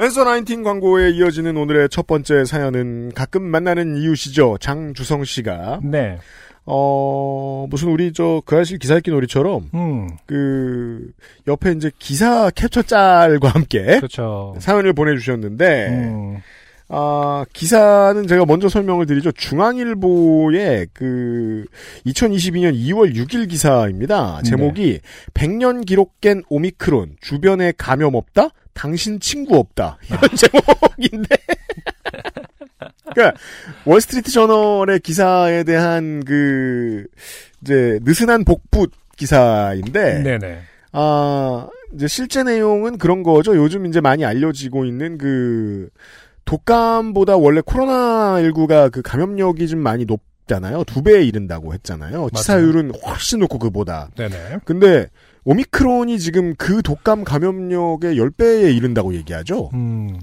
엔서 19 광고에 이어지는 오늘의 첫 번째 사연은 가끔 만나는 이웃이죠. 장주성 씨가
네.
어 무슨 우리 저 그 아실 기사 읽기 놀이처럼
음.
그 옆에 이제 기사 캡처 짤과 함께
그렇죠.
사연을 보내주셨는데
음.
아, 기사는 제가 먼저 설명을 드리죠. 중앙일보의 그 2022년 2월 6일 기사입니다. 제목이 100년 기록 깬 오미크론 주변에 감염 없다? 당신 친구 없다. 이런 제목인데. 그러니까 월스트리트 저널의 기사에 대한 그 이제 느슨한 복붙 기사인데
네네.
아, 이제 실제 내용은 그런 거죠. 요즘 이제 많이 알려지고 있는 그 독감보다 원래 코로나19가 그 감염력이 좀 많이 높잖아요. 두 배에 이른다고 했잖아요. 치사율은 훨씬 높고 그보다.
네네.
근데 오미크론이 지금 그 독감 감염력의 10배에 이른다고 얘기하죠.
음.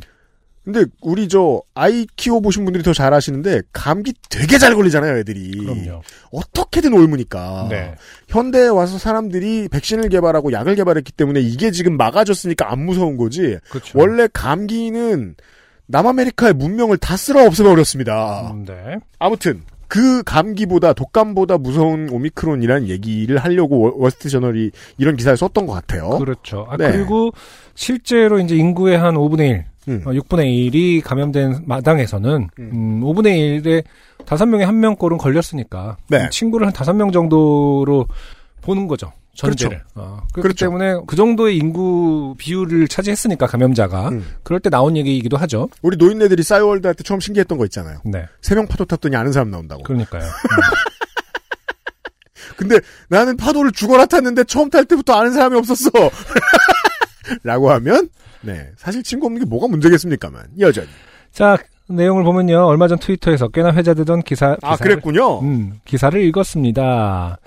근데 우리 저 아이 키워 보신 분들이 더 잘 아시는데 감기 되게 잘 걸리잖아요, 애들이.
그럼요.
어떻게든 옮으니까.
네.
현대에 와서 사람들이 백신을 개발하고 약을 개발했기 때문에 이게 지금 막아줬으니까 안 무서운 거지.
그렇죠.
원래 감기는 남아메리카의 문명을 다 쓸어 없애버렸습니다.
음, 네.
아무튼 그 감기보다 독감보다 무서운 오미크론이라는 얘기를 하려고 월- 월스트리트저널이 이런 기사를 썼던 것 같아요.
그렇죠. 아,
네.
그리고 실제로 이제 인구의 한 5분의 1,
음.
어, 6분의 1이 감염된 마당에서는 음, 5분의 1에 5명에 1명 꼴은 걸렸으니까
네.
음, 친구를 한 5명 정도로 보는 거죠. 전제를. 어, 그렇기
그렇죠.
때문에 그 정도의 인구 비율을 차지했으니까 감염자가
음.
그럴 때 나온 얘기이기도 하죠.
우리 노인네들이 싸이월드 할 때 처음 신기했던 거 있잖아요.
네,
세 명 파도 탔더니 아는 사람 나온다고.
그러니까요. 음.
근데 나는 파도를 죽어라 탔는데 처음 탈 때부터 아는 사람이 없었어. 라고 하면 네 사실 친구 없는 게 뭐가 문제겠습니까만 여전히
자 내용을 보면요, 얼마 전 트위터에서 꽤나 회자되던 기사
아
기사를-
그랬군요.
음, 기사를 읽었습니다.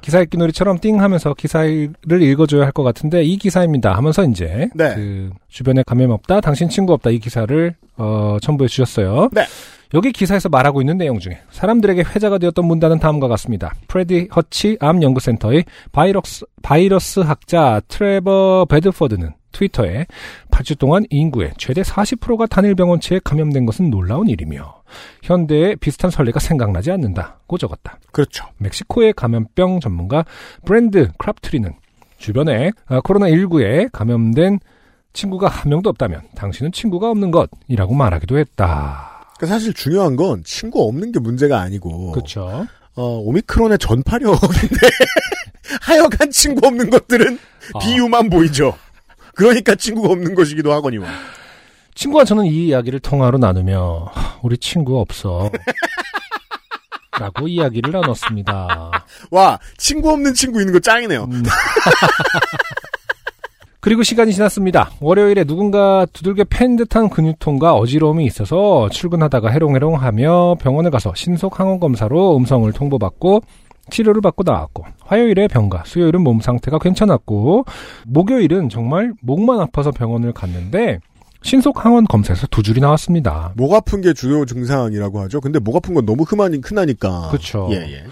기사 읽기 놀이처럼 띵 하면서 기사를 읽어줘야 할 것 같은데 이 기사입니다 하면서 이제
네.
그 주변에 감염 없다 당신 친구 없다 이 기사를 어, 첨부해 주셨어요.
네.
여기 기사에서 말하고 있는 내용 중에 사람들에게 회자가 되었던 문단은 다음과 같습니다. 프레디 허치 암 연구센터의 바이러스 바이러스 학자 트레버 베드포드는 트위터에 8주 동안 인구의 최대 40%가 단일 병원체에 감염된 것은 놀라운 일이며 현대에 비슷한 설례가 생각나지 않는다고 적었다.
그렇죠.
멕시코의 감염병 전문가 브랜드 크랍트리는 주변에 아, 코로나19에 감염된 친구가 한 명도 없다면 당신은 친구가 없는 것이라고 말하기도 했다.
그러니까 사실 중요한 건 친구 없는 게 문제가 아니고
그렇죠.
어, 오미크론의 전파력인데 하여간 친구 없는 것들은 비유만 보이죠. 그러니까 친구가 없는 것이기도 하거니와
친구와 저는 이 이야기를 통화로 나누며 우리 친구 없어. 라고 이야기를 나눴습니다.
와 친구 없는 친구 있는 거 짱이네요.
그리고 시간이 지났습니다. 월요일에 누군가 두들겨 팬 듯한 근육통과 어지러움이 있어서 출근하다가 해롱해롱하며 병원에 가서 신속 항원 검사로 음성을 통보받고 치료를 받고 나왔고 화요일에 병가, 수요일은 몸 상태가 괜찮았고 목요일은 정말 목만 아파서 병원을 갔는데 신속 항원 검사에서 두 줄이 나왔습니다.
목 아픈 게 주요 증상이라고 하죠. 근데 목 아픈 건 너무 흔하니, 흔하니까.
그쵸.
예, 예.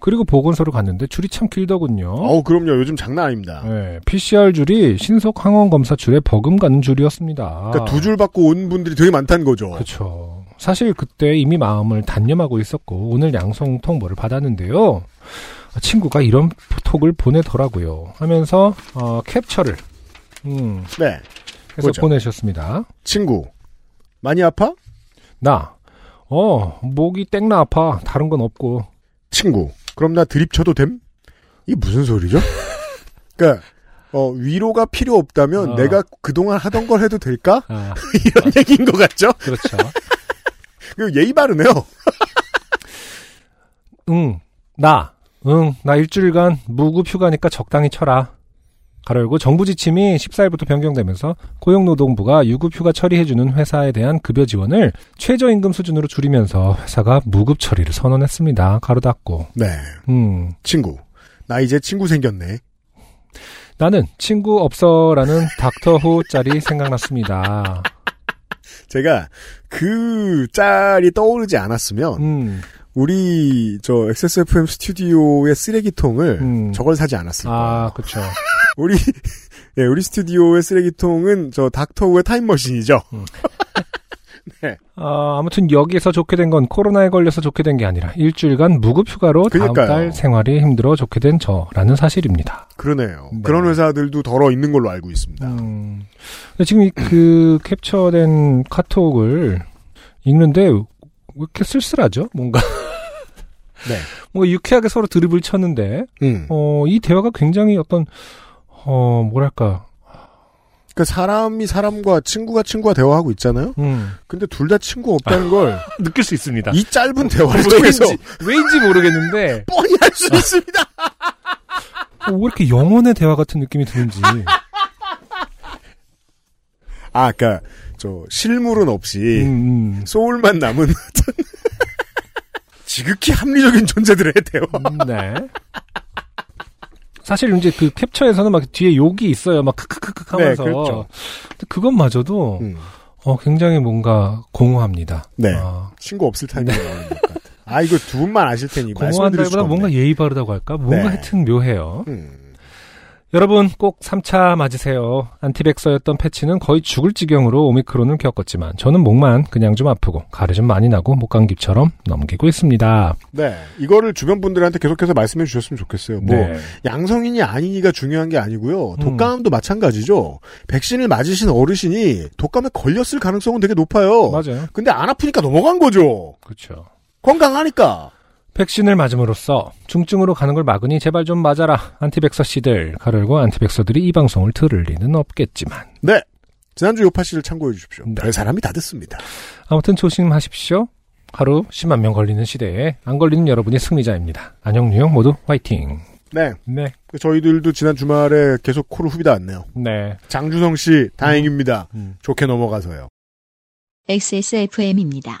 그리고 보건소를 갔는데 줄이 참 길더군요.
어? 우 그럼요. 요즘 장난 아닙니다.
네, PCR 줄이 신속 항원 검사 줄에 버금가는 줄이었습니다.
그러니까 두 줄 받고 온 분들이 되게 많다는 거죠.
아. 그렇죠. 사실 그때 이미 마음을 단념하고 있었고 오늘 양성 통보를 받았는데요. 친구가 이런 톡을 보내더라고요. 하면서 어, 캡처를 음,
네.
해서
보죠.
보내셨습니다.
친구. 많이 아파?
나, 어 목이 땡나 아파. 다른 건 없고
친구. 그럼 나 드립 쳐도 됨? 이게 무슨 소리죠? 그러니까 어, 위로가 필요 없다면
어.
내가 그동안 하던 걸 해도 될까?
아,
이런 얘기인 것 같죠?
그렇죠.
그리고 예의 바르네요.
응, 나, 응, 나 일주일간 무급 휴가니까 적당히 쳐라. 가로 열고 정부 지침이 14일부터 변경되면서 고용노동부가 유급 휴가 처리해주는 회사에 대한 급여 지원을 최저임금 수준으로 줄이면서 회사가 무급 처리를 선언했습니다. 가로 닫고.
네.
음.
친구. 나 이제 친구 생겼네.
나는 친구 없어라는 닥터 후 짤이 생각났습니다.
제가 그 짤이 떠오르지 않았으면
음,
우리 저 XSFM 스튜디오의 쓰레기통을
음.
저걸 사지 않았을 거예요.
아, 그쵸.
우리 예, 우리 스튜디오의 쓰레기통은 저 닥터우의 타임머신이죠.
아, 아무튼 여기에서 좋게 된 건 코로나에 걸려서 좋게 된 게 아니라 일주일간 무급 휴가로
그러니까요.
다음 달 생활이 힘들어 좋게 된 저라는 사실입니다.
그러네요.
네.
그런 회사들도 덜어 있는 걸로 알고 있습니다.
음. 근데 지금 이- 그 캡처된 카톡을 읽는데 왜 이렇게 쓸쓸하죠? 뭔가
네.
뭔가 유쾌하게 서로 드립을 쳤는데
음.
어, 이 대화가 굉장히 어떤 어, 뭐랄까?
그 사람이 사람과 친구가 친구와 대화하고 있잖아요.
음.
근데 둘 다 친구
아.
없다는 걸 이
느낄 수 있습니다.
짧은 대화를 통해서
왜인지 모르겠는데 어,
뻔히 알 수 있습니다.
왜 이렇게 영혼의 대화 같은 느낌이 드는지
아, 그니까, 저, 실물은 없이,
음, 음.
소울만 남은, 어떤 지극히 합리적인 존재들의 대화.
음, 네. 사실 이제 그 캡처에서는 막 뒤에 욕이 있어요. 막 크크크크 하면서.
네, 그렇죠.
근데 그것마저도
음,
어, 굉장히 뭔가 공허합니다.
네.
아,
친구 없을 타이밍에 나오는 것 같아. 아, 이거 두 분만 아실 테니, 말씀드릴 수가
공허한다기보다
없네.
뭔가 예의 바르다고 할까? 뭔가
네.
하여튼 묘해요.
음,
여러분 꼭 3차 맞으세요. 안티백서였던 패치는 거의 죽을 지경으로 오미크론을 겪었지만 저는 목만 그냥 좀 아프고 가래 좀 많이 나고 목감기처럼 넘기고 있습니다.
네. 이거를 주변 분들한테 계속해서 말씀해 주셨으면 좋겠어요. 뭐,
네.
양성인이 아니니가 중요한 게
음.
아니고요. 독감도 마찬가지죠. 백신을 맞으신 어르신이 독감에 걸렸을 가능성은 되게 높아요.
맞아요.
근데 안 아프니까 넘어간 거죠.
그렇죠.
건강하니까.
백신을 맞음으로써 중증으로 가는 걸 막으니 제발 좀 맞아라. 안티백서 씨들. 가르고 안티백서들이 이 방송을 들을 리는 없겠지만.
네. 지난주 요파 씨를 참고해 주십시오.
네.
별 사람이 다 듣습니다.
아무튼 조심하십시오. 하루 10만 명 걸리는 시대에 안 걸리는 여러분이 승리자입니다. 안녕 뉴욕 모두 화이팅.
네.
네.
그 저희들도 지난 주말에 계속 코를 후비다 않네요.
네.
장주성 씨, 다행입니다.
음.
좋게 넘어가서요.
XSFM입니다.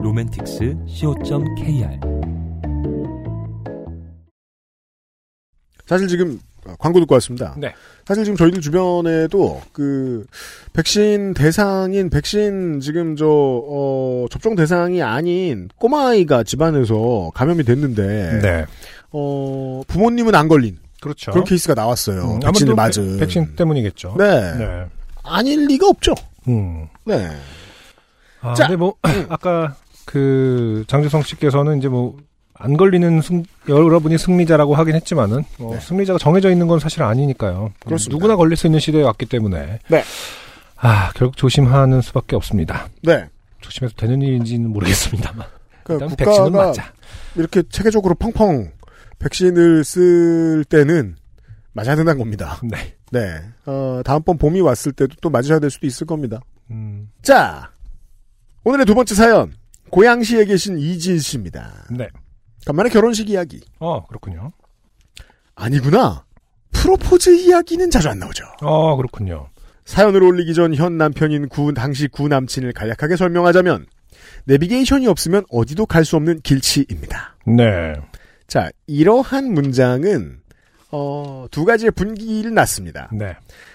로맨틱스 co.kr
사실 지금 아, 광고 듣고 왔습니다.
네.
사실 지금 저희들 주변에도 그 백신 대상인 백신 지금 저 어, 접종 대상이 아닌 꼬마아이가 집안에서 감염이 됐는데
네.
어, 부모님은 안 걸린
그렇죠.
네. 그런 케이스가 나왔어요.
음,
백신을
아무래도
맞은
백- 백신 때문이겠죠.
네.
네.
아닐 리가 없죠.
음.
네.
아,
자. 음.
근데 뭐 아까 그 장재성 씨께서는 이제 뭐 안 걸리는 승, 여러분이 승리자라고 하긴 했지만은 뭐
네.
승리자가 정해져 있는 건 사실 아니니까요.
그렇습니다.
누구나 걸릴 수 있는 시대에 왔기 때문에
네.
아 결국 조심하는 수밖에 없습니다.
네.
조심해서 되는 일인지는 모르겠습니다만 일단
그러니까
백신은
국가가
맞자.
이렇게 체계적으로 펑펑 백신을 쓸 때는 맞아야 된다는 겁니다.
네.
네. 어, 다음번 봄이 왔을 때도 또 맞으셔야 될 수도 있을 겁니다.
음,
자, 오늘의 두 번째 사연. 고양시에 계신 이진 씨입니다.
네.
간만에 결혼식 이야기.
어 그렇군요.
아니구나. 프로포즈 이야기는 자주 안 나오죠.
어 그렇군요.
사연을 올리기 전 현 남편인 구 당시 구 남친을 간략하게 설명하자면 내비게이션이 없으면 어디도 갈 수 없는 길치입니다.
네.
자, 이러한 문장은 어, 두 가지의 분기를 났습니다.
네.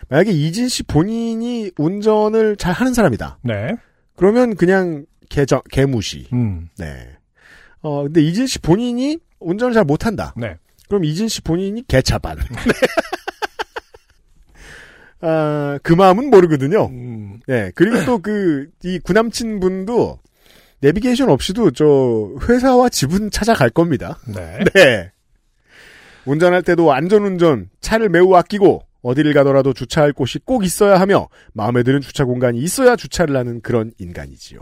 만약에 이진 씨 본인이 운전을 잘 하는 사람이다.
네.
그러면 그냥 개저, 개무시.
음.
네. 어, 근데 이진 씨 본인이 운전을 잘 못한다.
네.
그럼 이진 씨 본인이 개차반. 네. 아, 그 마음은 모르거든요.
음,
예, 그리고 또 그, 이 구남친 분도 내비게이션 없이도 저 회사와 집은 찾아갈 겁니다.
네.
네. 운전할 때도 안전운전, 차를 매우 아끼고 어디를 가더라도 주차할 곳이 꼭 있어야 하며 마음에 드는 주차 공간이 있어야 주차를 하는 그런 인간이지요.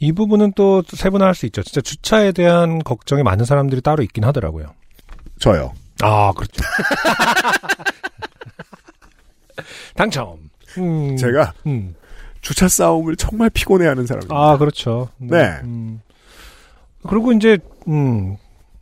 이 부분은 또 세분화할 수 있죠. 진짜 주차에 대한 걱정이 많은 사람들이 따로 있긴 하더라고요.
저요.
아, 그렇죠. 당첨. 음,
제가
음.
주차 싸움을 정말 피곤해하는 사람입니다.
아, 그렇죠. 음,
네.
음. 그리고 이제, 음,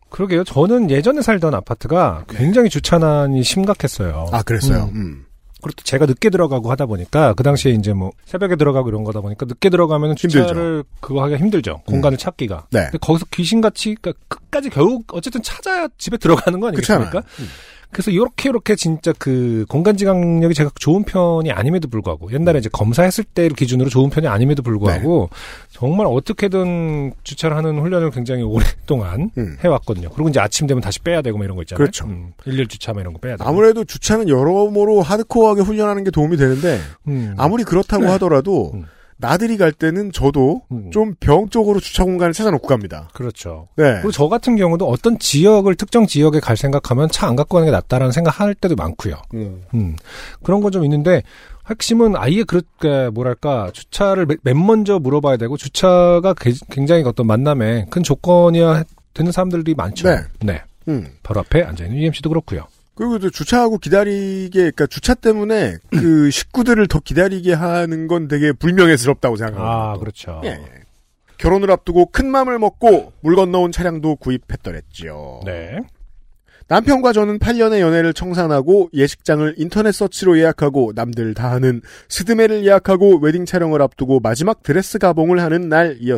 그러게요. 저는 예전에 살던 아파트가 굉장히 주차난이 심각했어요.
아, 그랬어요.
음.
음.
그리고 또 제가 늦게 들어가고 하다 보니까 그 당시에 이제 뭐 새벽에 들어가고 이런 거다 보니까 늦게 들어가면 주차를 그거 하기가 힘들죠. 공간을 찾기가.
네.
근데 거기서 귀신같이 그러니까 끝까지 결국 어쨌든 찾아야 집에 들어가는 거
그렇잖아요. 음.
아니겠습니까? 그래서 이렇게 이렇게 진짜 그 공간 지각력이 제가 좋은 편이 아님에도 불구하고 옛날에 이제 검사했을 때를 기준으로 좋은 편이 아님에도 불구하고
네.
정말 어떻게든 주차를 하는 훈련을 굉장히 오랫동안
음.
해왔거든요. 그리고 이제 아침 되면 다시 빼야 되고 뭐 이런 거 있잖아요.
그렇죠.
음, 일일 주차 뭐 이런 거 빼야 되고.
아무래도 주차는 여러모로 하드코어하게 훈련하는 게 도움이 되는데
음.
아무리 그렇다고 하더라도
음.
나들이 갈 때는 저도
음.
좀 병 쪽으로 주차 공간을 찾아놓고 갑니다.
그렇죠.
네.
그리고 저 같은 경우도 어떤 지역을 특정 지역에 갈 생각하면 차 안 갖고 가는 게 낫다라는 생각할 때도 많고요.
음.
음. 그런 건 좀 있는데 핵심은 아예 그렇게 뭐랄까 주차를 맨- 맨 먼저 물어봐야 되고 주차가 게- 굉장히 어떤 만남에 큰 조건이야 되는 사람들이 많죠.
네. 음.
바로 앞에 앉아 있는 UMC도 그렇고요.
그리고 또 주차하고 기다리게, 그러니까 주차 때문에
음.
그 식구들을 더 기다리게 하는 건 되게 불명예스럽다고 생각합니다.
아 그렇죠.
예, 예. 결혼을 앞두고 큰 맘을 먹고 물 건너온 차량도 구입했더랬지요.
네.
남편과 저는 8년의 연애를 청산하고 예식장을 인터넷 서치로 예약하고 남들 다 하는 스드메를 예약하고 웨딩 촬영을 앞두고 마지막 드레스 가봉을 하는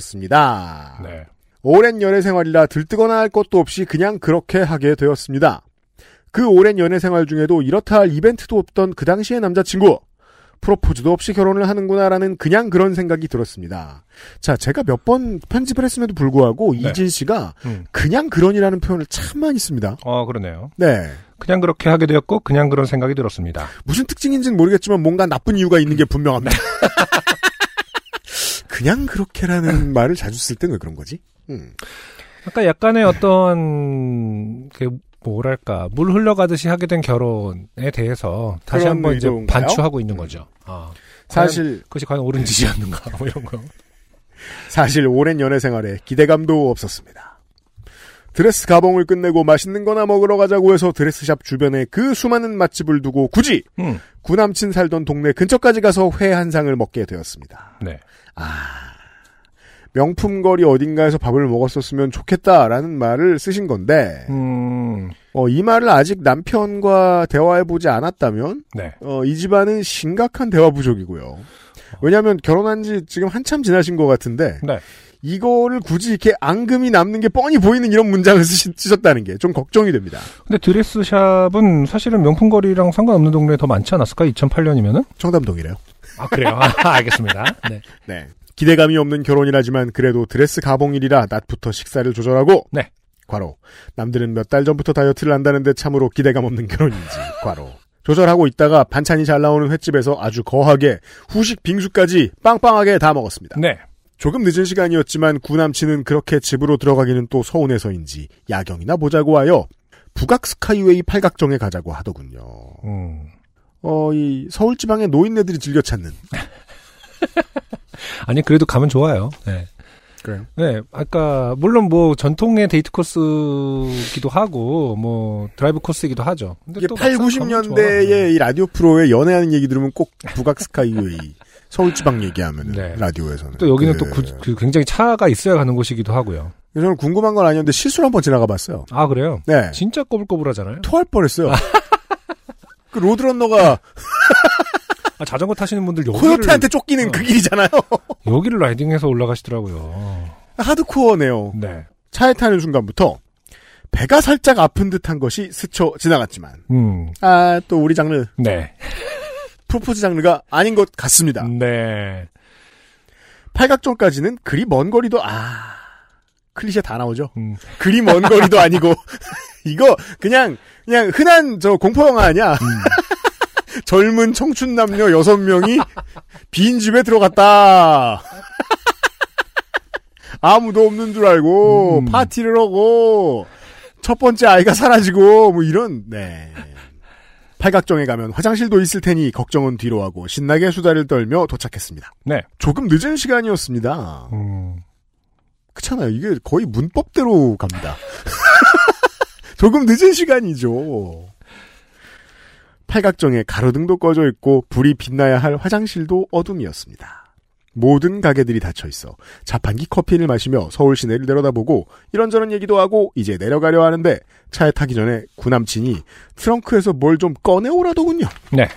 날이었습니다.
네.
오랜 연애 생활이라 들뜨거나 할 것도 없이 그냥 그렇게 하게 되었습니다. 그 오랜 연애 생활 중에도 이렇다 할 이벤트도 없던 그 당시의 남자친구. 프로포즈도 없이 결혼을 하는구나라는 그냥 그런 생각이 들었습니다. 자, 제가 몇 번 편집을 했음에도 불구하고 이진 씨가
네. 음.
그냥 그런이라는 표현을 참 많이 씁니다.
어 그러네요.
네.
그냥 그렇게 하게 되었고 그냥 그런 생각이 들었습니다.
무슨 특징인지는 모르겠지만 뭔가 나쁜 이유가 있는 게 분명합니다. 그냥 그렇게라는 말을 자주 쓸 땐 왜 그런 거지? 음.
아까 약간의 어떤 그 뭐랄까 물 흘러가듯이 하게 된 결혼에 대해서 다시
그런
한번 이제
의도인가요?
반추하고 있는 거죠. 아,
사실
그것이 과연
네.
옳은 짓이었는가 뭐 이런 거.
사실 오랜 연애 생활에 기대감도 없었습니다. 드레스 가봉을 끝내고 맛있는 거나 먹으러 가자고 해서 드레스샵 주변에 그 수많은 맛집을 두고 굳이
음.
구남친 살던 동네 근처까지 가서 회 한 상을 먹게 되었습니다.
네.
명품 거리 어딘가에서 밥을 먹었었으면 좋겠다라는 말을 쓰신 건데
음.
어, 이 말을 아직 남편과 대화해보지 않았다면
네.
어, 이 집안은 심각한 대화 부족이고요. 왜냐하면 결혼한 지 지금 한참 지나신 것 같은데
네.
이거를 굳이 이렇게 앙금이 남는 게 뻔히 보이는 이런 문장을 쓰시, 쓰셨다는 게 좀 걱정이 됩니다.
근데 드레스샵은 사실은 명품거리랑 상관없는 동네에 더 많지 않았을까? 2008년이면은?
청담동이래요.
아, 그래요. 아, 알겠습니다. 네.
네. 기대감이 없는 결혼이라지만 그래도 드레스 가봉일이라 낮부터 식사를 조절하고
네.
과로 남들은 몇 달 전부터 다이어트를 한다는데 참으로 기대감 없는 결혼인지 과로 조절하고 있다가 반찬이 잘 나오는 횟집에서 아주 거하게 후식 빙수까지 빵빵하게 다 먹었습니다.
네.
조금 늦은 시간이었지만 구남친은 그렇게 집으로 들어가기는 또 서운해서인지 야경이나 보자고 하여 북악 스카이웨이 팔각정에 가자고 하더군요.
음.
어, 이 서울 지방의 노인네들이 즐겨 찾는.
아니, 그래도 가면 좋아요. 네.
그래요?
네. 아까, 물론 뭐, 전통의 데이트 코스기도 하고, 뭐, 드라이브 코스이기도 하죠. 근데
이게
또
8,
막상 가면 네. 좋아.
90년대의 이 라디오 프로에 연애하는 얘기 들으면 꼭 북악 스카이웨이 서울 지방 얘기하면
네.
은 라디오에서는
또 여기는 또
그-
구- 그 굉장히 차가 있어야 가는 곳이기도 하고요.
저는 궁금한 건 아니었는데 실수로 한번 지나가 봤어요.
아, 그래요?
네.
진짜 꼬불꼬불하잖아요.
토할 뻔했어요. 그 로드런너가
아, 자전거 타시는 분들 여기를 어.
코요태한테 쫓기는 그 길이잖아요.
여기를 라이딩해서 올라가시더라고요.
하드코어네요.
네.
차에 타는 순간부터 배가 살짝 아픈 듯한 것이 스쳐 지나갔지만
음.
아 또 우리 장르
네.
프로포즈 장르가 아닌 것 같습니다.
네.
팔각정까지는 그리 먼 거리도 아 클리셰 다 나오죠.
음.
그리 먼 거리도 아니고 이거 그냥 그냥 흔한 저 공포 영화 아니야. 젊은 청춘 남녀 6명이 빈 집에 들어갔다. 아무도 없는 줄 알고
음.
파티를 하고 첫 번째 아이가 사라지고 뭐 이런 네. 팔각정에 가면 화장실도 있을 테니 걱정은 뒤로 하고 신나게 수다를 떨며 도착했습니다.
네.
조금 늦은 시간이었습니다.
음,
그렇잖아요. 이게 거의 문법대로 갑니다. 조금 늦은 시간이죠. 팔각정에 가로등도 꺼져 있고 불이 빛나야 할 화장실도 어둠이었습니다. 모든 가게들이 닫혀 있어 자판기 커피를 마시며 서울 시내를 내려다보고 이런저런 얘기도 하고 이제 내려가려 하는데 차에 타기 전에 구남친이 트렁크에서 뭘 좀 꺼내오라더군요.
네.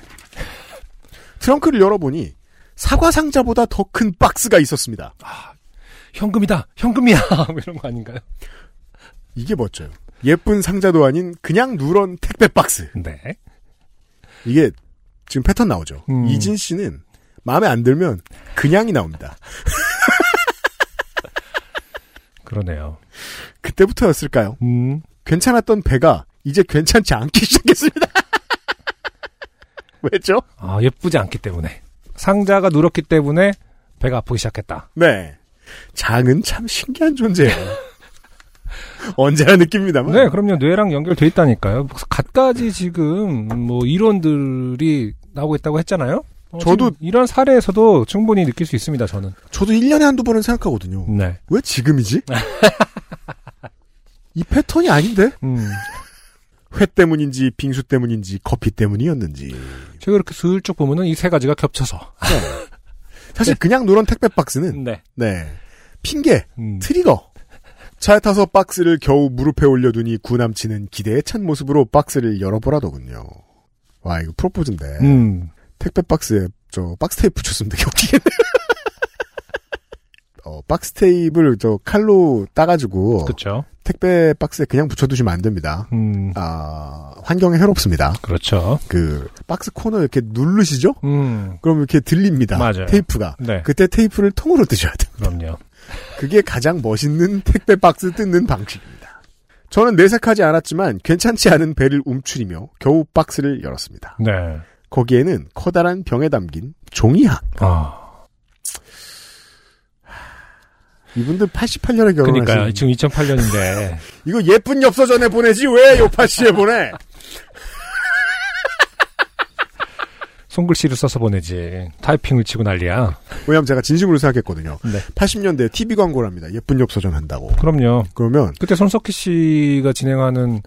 트렁크를 열어보니 사과 상자보다 더 큰 박스가 있었습니다.
현금이다, 현금이야, 뭐 이런 거 아닌가요?
이게 멋져요. 예쁜 상자도 아닌 그냥 누런 택배 박스.
네.
이게 지금 패턴 나오죠.
음.
이진 씨는 마음에 안 들면 그냥이 나옵니다.
그러네요.
그때부터였을까요?
음,
괜찮았던 배가 이제 괜찮지 않기 시작했습니다. 왜죠?
아, 예쁘지 않기 때문에. 상자가 누렇기 때문에 배가 아프기 시작했다.
네. 장은 참 신기한 존재예요. 언제나 느낍니다만.
네, 그럼요. 뇌랑 연결돼 있다니까요. 갖가지 지금 뭐 이론들이 나오고 있다고 했잖아요. 어,
저도-
지금 이런 사례에서도 충분히 느낄 수 있습니다. 저는.
저도 1년에 한두 번은 생각하거든요.
네.
왜 지금이지? 이 패턴이 아닌데?
음.
회 때문인지 빙수 때문인지 커피 때문이었는지.
제가 이렇게 슬쩍 보면은 이 세 가지가 겹쳐서.
사실 그냥 누런 택배 박스는
네.
네 핑계
음.
트리거 차에 타서 박스를 겨우 무릎에 올려두니 구남친은 기대에 찬 모습으로 박스를 열어보라더군요. 와 이거 프로포즈인데
음.
택배 박스에 저 박스 테이프 붙였으면 되게 웃기겠네. 어, 박스 테이프를 저 칼로 따가지고
그렇죠.
택배 박스에 그냥 붙여두시면 안 됩니다.
음.
아 환경에 해롭습니다.
그렇죠.
그 박스 코너 이렇게 누르시죠?
음.
그럼 이렇게 들립니다.
맞아요.
테이프가
네.
그때 테이프를 통으로 뜨셔야 돼요.
그럼요.
그게 가장 멋있는 택배 박스 뜯는 방식입니다. 저는 내색하지 않았지만 괜찮지 않은 배를 움츠리며 겨우 박스를 열었습니다.
네.
거기에는 커다란 병에 담긴 종이학.
아.
이분들 88년에
그러니까요.
결혼하신.
지금 2008년인데.
이거 예쁜 엽서전에 보내지 왜 요파씨에 보내?
손글씨로 써서 보내지. 타이핑을 치고 난리야.
왜냐면 제가 진심으로 생각했거든요.
네.
80년대 TV 광고랍니다. 예쁜 엽서전 한다고.
그럼요.
그러면
그때 손석희 씨가 진행하는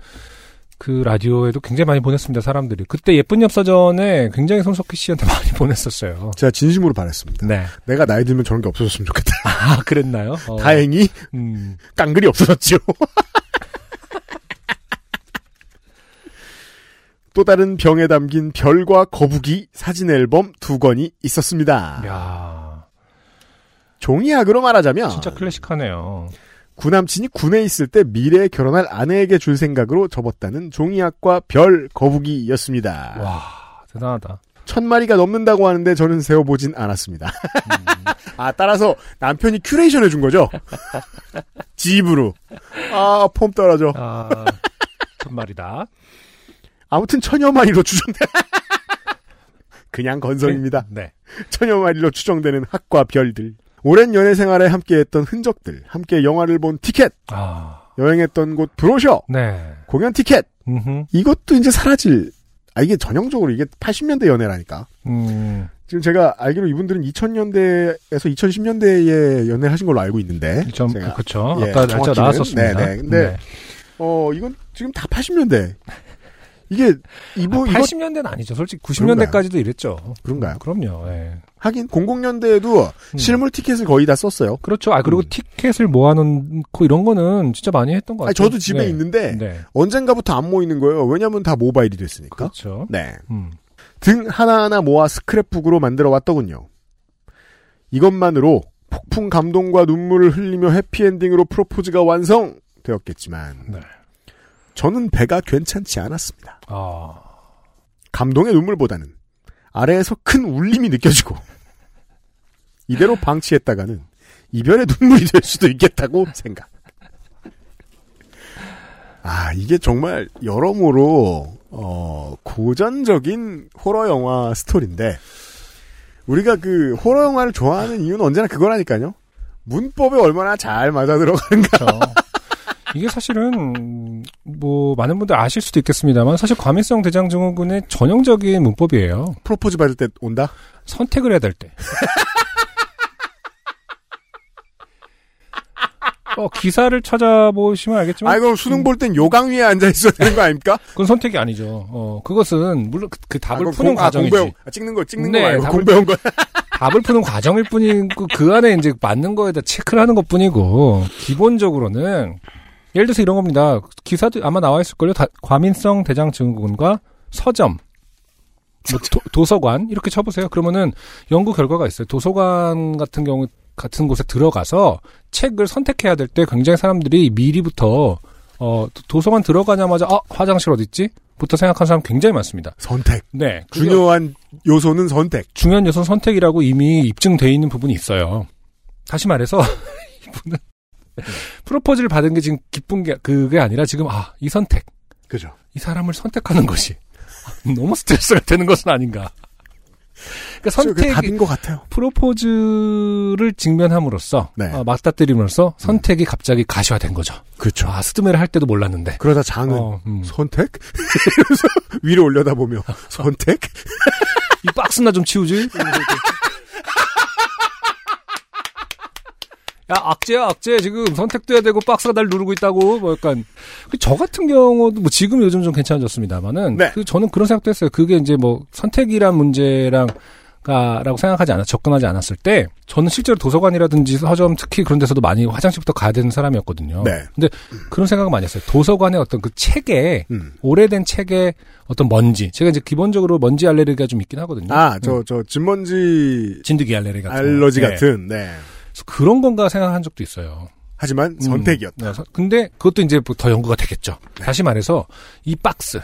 그 라디오에도 굉장히 많이 보냈습니다, 사람들이. 그때 예쁜 엽서전에 굉장히 손석희 씨한테 많이 보냈었어요.
제가 진심으로 바랬습니다.
네.
내가 나이 들면 저런 게 없어졌으면 좋겠다.
아, 그랬나요? 어,
다행히
음,
깡글이 없어졌죠. 또 다른 병에 담긴 별과 거북이 사진 앨범 두 권이 있었습니다.
네. 야
종이학으로 말하자면
진짜 그- 클래식하네요.
구남친이 군에 있을 때 미래에 결혼할 아내에게 줄 생각으로 접었다는 종이학과 별 거북이였습니다.
와, 대단하다.
천 마리가 넘는다고 하는데 저는 세어보진 않았습니다. 아 따라서 남편이 큐레이션 해준 거죠? 집으로 아폼 떨어져.
아, 천말이다.
아무튼 천여 마리로 추정돼. 그냥 건성입니다.
네.
천여 마리로 추정되는 학과 별들. 오랜 연애 생활에 함께했던 흔적들, 함께 영화를 본 티켓,
아,
여행했던 곳 브로셔,
네.
공연 티켓.
음흠,
이것도 이제 사라질. 아 이게 전형적으로 이게 80년대 연애라니까.
음,
지금 제가 알기로 이분들은 2000년대에서 2010년대에 연애를 하신 걸로 알고 있는데.
좀,
제가.
그쵸.
예,
아까 날짜
정확히는?
나왔었습니다.
네네. 근데 어 이건 지금 다 80년대. 이게 이분 이거
80년대는 아니죠. 솔직히 90년대까지도 이랬죠.
그런가요?
그럼요, 예.
하긴 00년대에도
음.
실물 티켓을 거의 다 썼어요.
그렇죠. 아, 그리고
음.
티켓을 모아놓고 이런 거는 진짜 많이 했던 것
아니,
같아요.
저도 집에
네.
있는데 어?
네.
언젠가부터 안 모이는 거예요. 왜냐면 다 모바일이 됐으니까.
그렇죠.
네.
음.
등 하나하나 모아 스크랩북으로 만들어 왔더군요. 이것만으로 폭풍 감동과 눈물을 흘리며 해피엔딩으로 프로포즈가 완성되었겠지만
네.
저는 배가 괜찮지 않았습니다.
아,
감동의 눈물보다는 아래에서 큰 울림이 느껴지고 이대로 방치했다가는 이별의 눈물이 될 수도 있겠다고 생각. 아 이게 정말 여러모로 어, 고전적인 호러 영화 스토리인데, 우리가 그 호러 영화를 좋아하는 이유는 언제나 그거라니까요. 문법에 얼마나 잘 맞아 들어가는가.
그렇죠. 이게 사실은 뭐 많은 분들 아실 수도 있겠습니다만 사실 과민성 대장증후군의 전형적인 문법이에요.
프로포즈 받을 때 온다?
선택을 해야 될 때. 어, 기사를 찾아보시면 알겠지만 음,
아이고, 수능 볼 땐 요강 위에 앉아 있어야 되는 거 아닙니까?
그건 선택이 아니죠. 어, 그것은 물론 그, 그 답을
아, 그건
푸는
공- 아,
과정이지.
공부해, 아, 찍는 거, 찍는
네,
거 말고
답을-
공부해온 거야.
답을 푸는 과정일 뿐이고 그 안에 이제 맞는 거에다 체크를 하는 것 뿐이고 기본적으로는 예를 들어서 이런 겁니다. 기사도 아마 나와 있을걸요. 다- 과민성 대장증후군과 서점, 뭐 도, 서관 이렇게 쳐보세요. 그러면은 연구 결과가 있어요. 도서관 같은 경우 같은 곳에 들어가서 책을 선택해야 될 때 굉장히 사람들이 미리부터 어, 도- 도서관 들어가자마자 아 화장실 어디 있지? 부터 생각하는 사람 굉장히 많습니다.
선택.
네, 그게
중요한 요소는 선택.
중요한 요소 선택이라고 이미 입증돼 있는 부분이 있어요. 다시 말해서 이분은 프로포즈를 받은 게 지금 기쁜 게 그게 아니라 지금 아 이 선택
그죠.
이 사람을 선택하는 것이 너무 스트레스가 되는 것은 아닌가. 그러니까
그게
선택
답인 것 같아요.
프로포즈를 직면함으로써
네.
어, 맞닥뜨림으로써 선택이 갑자기 가시화된 거죠.
그렇죠.
아 스드메를 할 때도 몰랐는데.
그러다 장은
어, 음.
선택? 이러면서 위로 올려다보며 선택?
이 박스나 좀 치우지. 야 악재야 악재 지금 선택도 해야 되고 박스가 날 누르고 있다고 뭐 약간 그 저 같은 경우도 뭐 지금 요즘 좀 괜찮아졌습니다만은
네.
그 저는 그런 생각도 했어요. 그게 이제 뭐 선택이란 문제랑 가라고 생각하지 않아 접근하지 않았을 때 저는 실제로 도서관이라든지 서점 특히 그런 데서도 많이 화장실부터 가야 되는 사람이었거든요.
네.
근데 그런 생각을 많이 했어요. 도서관의 어떤 그 책에
음.
오래된 책에 어떤 먼지 제가 이제 기본적으로 먼지 알레르기가 좀 있긴 하거든요.
아,
음.
저, 저, 진먼지
진드기 알레르기 같은 거.
알러지
네.
같은, 네.
그래서 그런 건가 생각한 적도 있어요.
하지만
음.
선택이었다. 네.
네, 서- 근데 그것도 이제 뭐더 연구가 되겠죠. 다시 말해서 이 박스,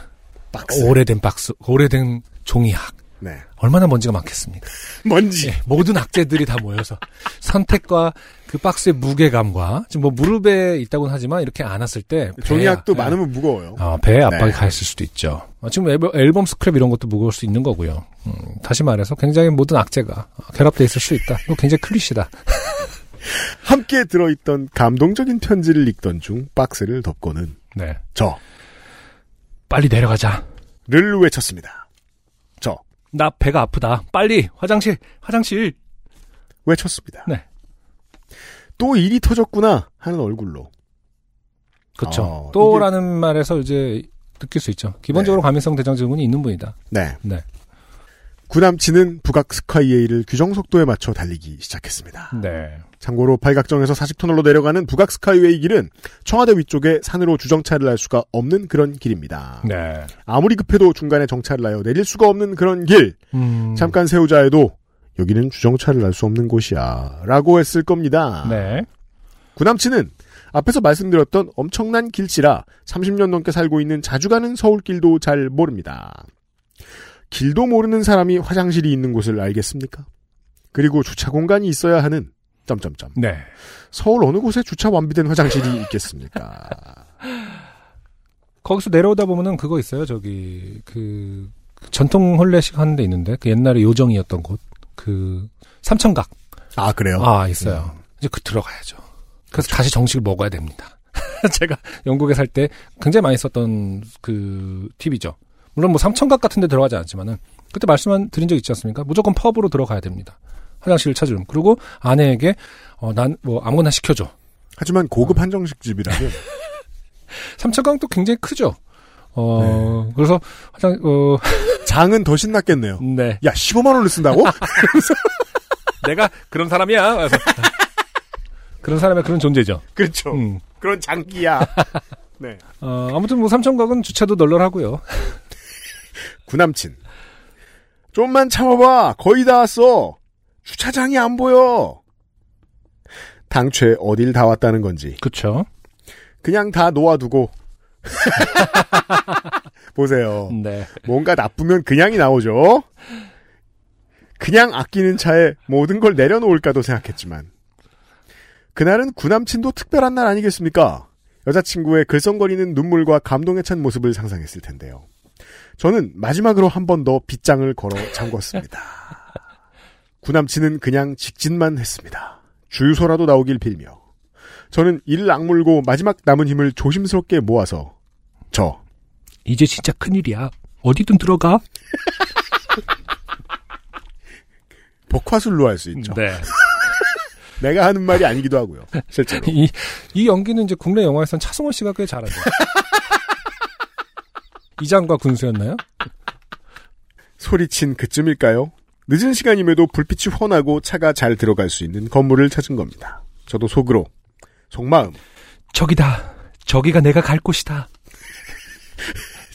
박스.
오래된 박스, 오래된 종이학
네.
얼마나 먼지가 많겠습니까?
먼지.
예, 모든 악재들이 다 모여서 선택과 그 박스의 무게감과 지금 뭐 무릎에 있다고는 하지만 이렇게 안았을 때 배에-
종이학도
예,
많으면 무거워요.
아, 배에 압박이
네.
가 있을 수도 있죠. 아, 지금 앨범, 앨범 스크랩 이런 것도 무거울 수 있는 거고요. 음, 다시 말해서 굉장히 모든 악재가 결합돼 있을 수 있다. 이거 굉장히 클리시다.
함께 들어있던 감동적인 편지를 읽던 중 박스를 덮고는
네.
저를
빨리 내려가자.
외쳤습니다. 저
나 배가 아프다. 빨리 화장실, 화장실.
외쳤습니다.
네.
또 일이 터졌구나 하는 얼굴로
그쵸.
어,
그렇죠. 또라는 말에서 이제 느낄 수 있죠. 기본적으로 과민성 대장증후군이 있는 분이다.
네.
네.
구남친은 북악 스카이웨이를 규정 속도에 맞춰 달리기 시작했습니다.
네.
참고로 팔각정에서 40터널로 내려가는 북악 스카이웨이 길은 청와대 위쪽에 산으로 주정차를 할 수가 없는 그런 길입니다.
네.
아무리 급해도 중간에 정차를 하여 내릴 수가 없는 그런 길.
음.
잠깐 세우자 해도 여기는 주정차를 할 수 없는 곳이야. 라고 했을 겁니다.
네.
구남친은 앞에서 말씀드렸던 엄청난 길치라 30년 넘게 살고 있는 자주 가는 서울길도 잘 모릅니다. 길도 모르는 사람이 화장실이 있는 곳을 알겠습니까? 그리고 주차 공간이 있어야 하는 점점점.
네.
서울 어느 곳에 주차 완비된 화장실이 있겠습니까?
거기서 내려오다 보면은 그거 있어요. 저기 그 전통 혼례식 하는 데 있는데 그 옛날에 요정이었던 곳. 그 삼천각.
아 그래요?
아, 있어요. 이제 그 들어가야죠. 그래서 다시 정식을 먹어야 됩니다. 제가 영국에 살 때 굉장히 많이 썼던 그 팁이죠. 물론 뭐 삼천각 같은 데 들어가지 않았지만은 그때 말씀한 드린 적 있지 않습니까? 무조건 펍으로 들어가야 됩니다. 화장실을 찾으면. 그리고 아내에게 어, 난 뭐 아무거나 시켜줘.
하지만 고급 한정식집이라면
삼천각도 굉장히 크죠. 어, 그래서 화장, 어,
장은 더 신났겠네요.
네.
야 15만 원을 쓴다고?
내가 그런 사람이야. 그래서 그런 사람의 그런 존재죠.
그렇죠.
음.
그런 장기야. 네.
어, 아무튼 뭐 삼천각은 주차도 널널하고요.
구남친. 좀만 참아봐. 거의 다 왔어. 주차장이 안 보여. 당최 어딜 다 왔다는 건지
그렇죠.
그냥 다 놓아두고 보세요.
네.
뭔가 나쁘면 그냥이 나오죠. 그냥 아끼는 차에 모든 걸 내려놓을까도 생각했지만 그날은 구남친도 특별한 날 아니겠습니까? 여자친구의 글썽거리는 눈물과 감동에 찬 모습을 상상했을 텐데요. 저는 마지막으로 한 번 더 빗장을 걸어 잠궜습니다. 구남친은 그냥 직진만 했습니다. 주유소라도 나오길 빌며 저는 이를 악물고 마지막 남은 힘을 조심스럽게 모아서 저
이제 진짜 큰일이야. 어디든 들어가.
복화술로 할 수 있죠.
네.
내가 하는 말이 아니기도 하고요. 실제로.
이, 이 연기는 이제 국내 영화에선 차승원 씨가 꽤 잘하죠. 이장과 군수였나요?
소리친 그쯤일까요? 늦은 시간임에도 불빛이 훤하고 차가 잘 들어갈 수 있는 건물을 찾은 겁니다. 저도 속으로 속마음
저기다. 저기가 내가 갈 곳이다.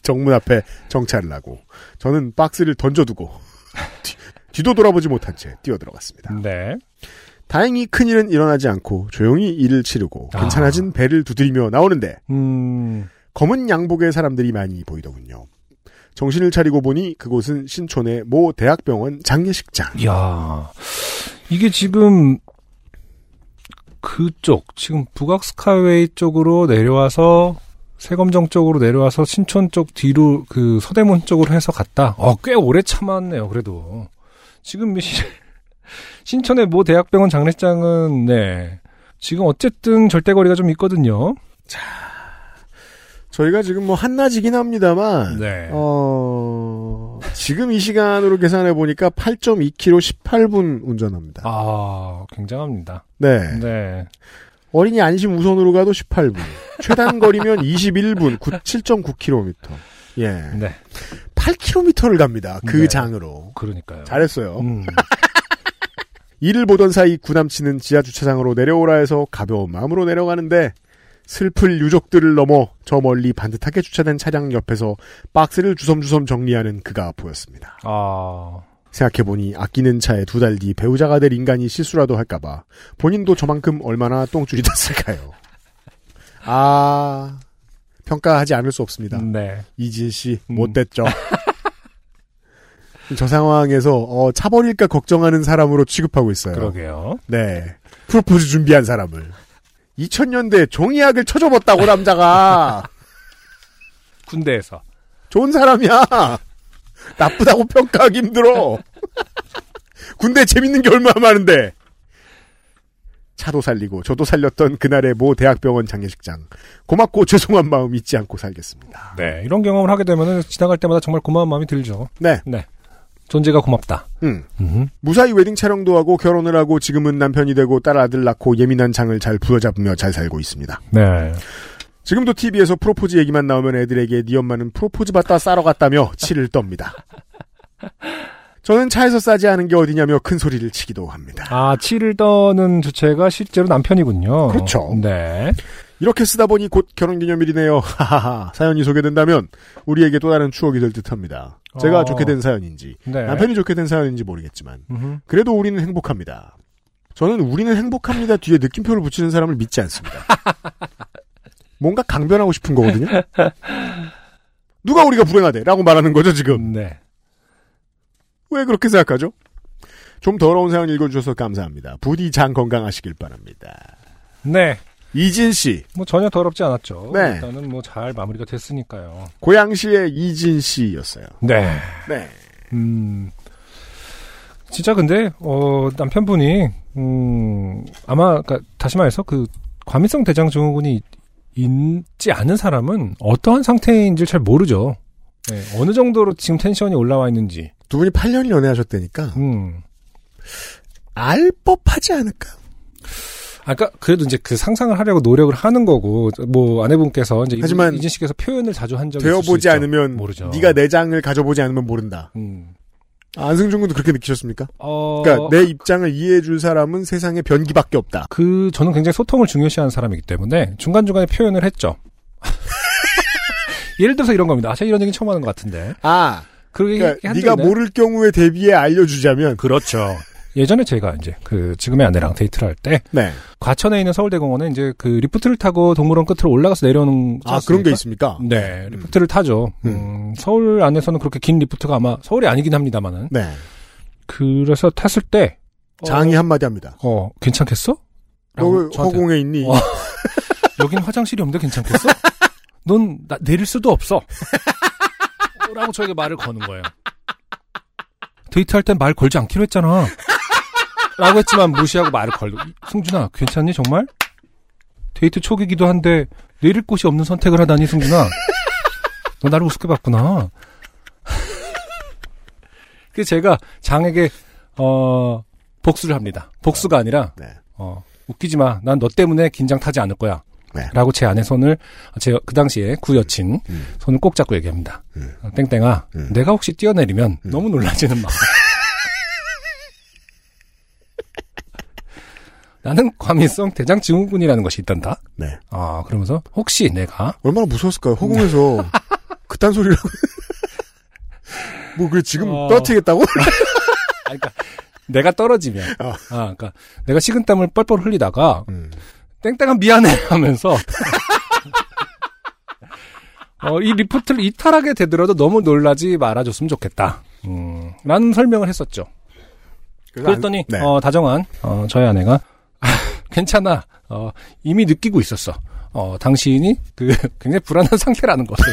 정문 앞에 정차를 하고 저는 박스를 던져두고 뒤- 뒤도 돌아보지 못한 채 뛰어들어갔습니다.
네.
다행히 큰일은 일어나지 않고 조용히 일을 치르고
아.
괜찮아진 배를 두드리며 나오는데
음,
검은 양복의 사람들이 많이 보이더군요. 정신을 차리고 보니 그곳은 신촌의 모 대학병원 장례식장.
야 이게 지금 그쪽 지금 북악 스카이웨이 쪽으로 내려와서 세검정 쪽으로 내려와서 신촌 쪽 뒤로 그 서대문 쪽으로 해서 갔다. 어꽤 오래 참았네요. 그래도 지금 시- 신촌의 모 대학병원 장례장은 네 지금 어쨌든 절대거리가 좀 있거든요.
저희가 지금 뭐 한낮이긴 합니다만
네.
어, 지금 이 시간으로 계산해 보니까 8.2km 18분 운전합니다.
아 굉장합니다.
네.
네.
어린이 안심 우선으로 가도 18분. 최단 거리면 21분, 7.9km. 예.
네.
8km를 갑니다. 그
네.
장으로.
그러니까요.
잘했어요.
음.
이를 보던 사이 구남친은 지하 주차장으로 내려오라 해서 가벼운 마음으로 내려가는데 슬플 유족들을 넘어 저 멀리 반듯하게 주차된 차량 옆에서 박스를 주섬주섬 정리하는 그가 보였습니다.
아
생각해보니 아끼는 차에 두 달 뒤 배우자가 될 인간이 실수라도 할까봐 본인도 저만큼 얼마나 똥줄이 됐을까요? 아 평가하지 않을 수 없습니다.
네.
이진 씨
음.
못됐죠. 저 상황에서 어, 차버릴까 걱정하는 사람으로 취급하고 있어요.
그러게요.
네. 프로포즈 준비한 사람을. 2000년대 종이학을 쳐줘봤다고 남자가
군대에서
좋은 사람이야. 나쁘다고 평가하기 힘들어. 군대 재밌는 게 얼마나 많은데. 차도 살리고 저도 살렸던 그날의 모 대학병원 장례식장. 고맙고 죄송한 마음 잊지 않고 살겠습니다.
네, 이런 경험을 하게 되면은 지나갈 때마다 정말 고마운 마음이 들죠.
네.
존재가 고맙다.
음. 무사히 웨딩 촬영도 하고 결혼을 하고 지금은 남편이 되고 딸 아들 낳고 예민한 장을 잘 부여잡으며 잘 살고 있습니다.
네.
지금도 TV에서 프로포즈 얘기만 나오면 애들에게 네 엄마는 프로포즈 받다 싸러 갔다며 치를 떱니다. 저는 차에서 싸지 않은 게 어디냐며 큰 소리를 치기도 합니다.
아, 치를 떠는 주체가 실제로 남편이군요.
그렇죠.
네.
이렇게 쓰다 보니 곧 결혼기념일이네요. 하하하. 사연이 소개된다면 우리에게 또 다른 추억이 될 듯합니다. 제가
어.
좋게 된 사연인지
네.
남편이 좋게 된 사연인지 모르겠지만
음흠.
그래도 우리는 행복합니다. 저는 우리는 행복합니다 뒤에 느낌표를 붙이는 사람을 믿지 않습니다. 뭔가 강변하고 싶은 거거든요. 누가 우리가 불행하대라고 말하는 거죠 지금.
네.
왜 그렇게 생각하죠? 좀 더러운 사연 읽어주셔서 감사합니다. 부디 장 건강하시길 바랍니다.
네.
이진 씨,
뭐 전혀 더럽지 않았죠.
네.
일단은 뭐 잘 마무리가 됐으니까요.
고양시의 이진 씨였어요.
네.
네.
음. 진짜 근데 어 남편분이 음 아마 그니까 다시 말해서 그 과민성 대장 증후군이 있지 않은 사람은 어떠한 상태인지 잘 모르죠. 네, 어느 정도로 지금 텐션이 올라와 있는지.
두 분이 8년 연애하셨다니까
음.
알 법하지 않을까?
아까 그래도 이제 그 상상을 하려고 노력을 하는 거고 뭐 아내분께서 이제
하지만
하지만 이진 씨께서 표현을 자주 한 적이 있을 수
되어보지
있죠.
않으면
모르죠.
네가 내장을 가져보지 않으면 모른다.
음.
아, 안승준 군도 그렇게 느끼셨습니까?
어,
그러니까 내 입장을 이해해줄 사람은 세상에 변기밖에 없다.
그 저는 굉장히 소통을 중요시하는 사람이기 때문에 중간 중간에 표현을 했죠. 예를 들어서 이런 겁니다. 아, 제가 이런 얘기 처음 하는 것 같은데.
아,
그렇게
그러니까
한
네가
적이 있나요?
모를 경우에 대비해 알려주자면
그렇죠. 예전에 제가 이제 그 지금의 아내랑 데이트를 할 때
네.
과천에 있는 서울대공원에 이제 그 리프트를 타고 동물원 끝으로 올라가서 내려오는
아
거지
그런 게
않습니까?
있습니까?
네, 리프트를 타죠. 음, 서울 안에서는 그렇게 긴 리프트가 아마 서울이 아니긴 합니다만은.
네.
그래서 탔을 때
장이 한마디 합니다.
어, 어, 괜찮겠어?
너
라고
왜
저한테,
허공에 있니?
어. 여긴 화장실이 없는데 괜찮겠어? 넌 나, 내릴 수도 없어. 라고 저에게 말을 거는 거예요. 데이트할 땐 말 걸지 않기로 했잖아. 라고 했지만 무시하고 말을 걸고 승준아 괜찮니 정말? 데이트 초기기도 한데 내릴 곳이 없는 선택을 하다니 승준아 너 나를 우습게 봤구나 그래서 제가 장에게 어 복수를 합니다 복수가 아니라
네.
어 웃기지 마난 너 때문에 긴장 타지 않을 거야
네.
라고 제 아내 손을 제 그 당시에 구 여친
음.
손을 꼭 잡고 얘기합니다
음.
어, 땡땡아
음.
내가 혹시 뛰어내리면
음.
너무 놀라지는 마 나는 과민성 대장 증후군이라는 것이 있단다.
네.
아, 그러면서 혹시 내가
얼마나 무서웠을까요? 허공에서
네.
그딴 소리라고. 뭐 그래 지금
어.
떨어뜨리겠다고?
아, 그러니까 내가 떨어지면
어.
아, 그러니까 내가 식은땀을 뻘뻘 흘리다가
음.
땡땡아 미안해 하면서 어, 이 리포트를 이탈하게 되더라도 너무 놀라지 말아줬으면 좋겠다. 음, 라는 설명을 했었죠.
그래서 안-
그랬더니
네.
어, 다정한 어, 저희 아내가 괜찮아 어, 이미 느끼고 있었어 어, 당신이 그 굉장히 불안한 상태라는 것을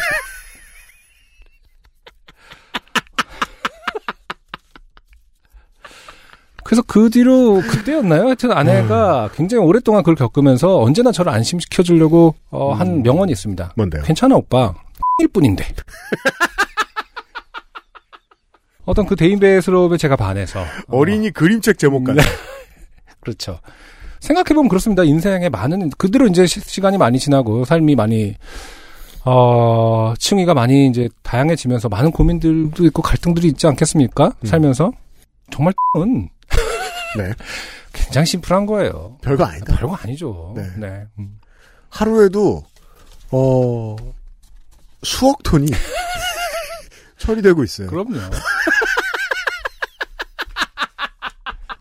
그래서 그 뒤로 그때였나요? 하여튼
음.
아내가 굉장히 오랫동안 그걸 겪으면서 언제나 저를 안심시켜 주려고 어,
음.
한 명언이 있습니다.
뭔데요?
괜찮아 오빠 일 뿐인데 어떤 그 대인배스러움에 제가 반해서 어, 네.
어린이 그림책 제목 같아.
그렇죠. 생각해보면 그렇습니다. 인생에 많은, 그대로 이제 시, 간이 많이 지나고, 삶이 많이, 어, 층위가 많이 이제 다양해지면서 많은 고민들도 있고 갈등들이 있지 않겠습니까?
음.
살면서. 정말 은
네.
굉장히 심플한 거예요.
별거 아니다.
별거 아니죠.
네.
네. 음.
하루에도 어 수억 톤이 처리되고 있어요.
그럼요.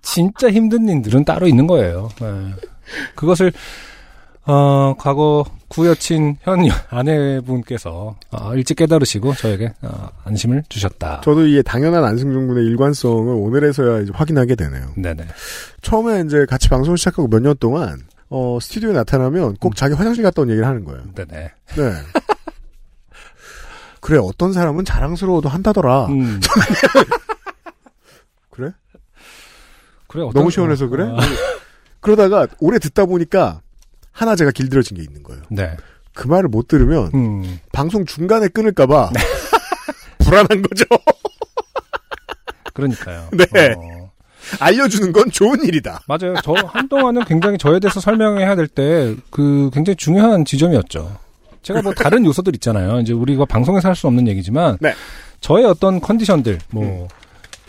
진짜 힘든 일들은 따로 있는 거예요. 네. 그것을 어, 과거 구여친 현 여- 아내분께서 어, 일찍 깨달으시고 저에게 어, 안심을 주셨다.
아. 저도 이게 당연한 안승준 군의 일관성을 오늘에서야 이제 확인하게 되네요.
네네.
처음에 이제 같이 방송을 시작하고 몇 년 동안 어 스튜디오에 나타나면 꼭 자기 화장실 갔다 온 얘기를 하는 거예요.
네네.
네. 그래 어떤 사람은 자랑스러워도 한다더라.
음.
그래?
그래, 어떤-
너무 시원해서 그래?
아,
그러다가 오래 듣다 보니까 하나 제가 길들여진 게 있는 거예요.
네.
그 말을 못 들으면
음. 네.
방송 중간에 끊을까봐 불안한 거죠.
그러니까요.
네.
어,
알려주는 건 좋은 일이다.
맞아요. 저 한동안은 굉장히 저에 대해서 설명해야 될 때 그 굉장히 중요한 지점이었죠. 제가 뭐 다른 요소들 있잖아요. 이제 우리가 방송에서 할 수 없는 얘기지만
네. 음.
저의 어떤 컨디션들 뭐,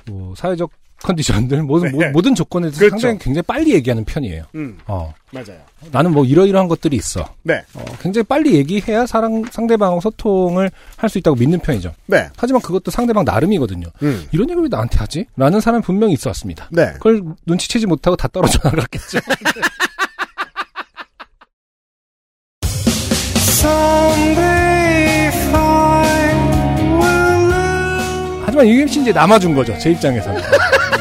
뭐 사회적 컨디션들 뭐, 모든
네.
모든 조건에 대해서
그렇죠.
상당히 굉장히 빨리 얘기하는 편이에요.
음
어.
맞아요.
나는 뭐 이러이러한 것들이 있어.
네.
어, 굉장히 빨리 얘기해야 사랑, 상대방하고 소통을 할 수 있다고 믿는 편이죠.
네.
하지만 그것도 상대방 나름이거든요.
음.
이런 얘기를 왜 나한테 하지? 라는 사람이 분명히 있어 왔습니다.
네.
그걸 눈치채지 못하고 다 떨어져 나갔겠죠. 하지만 이게 이제 남아준 거죠. 제 입장에서는.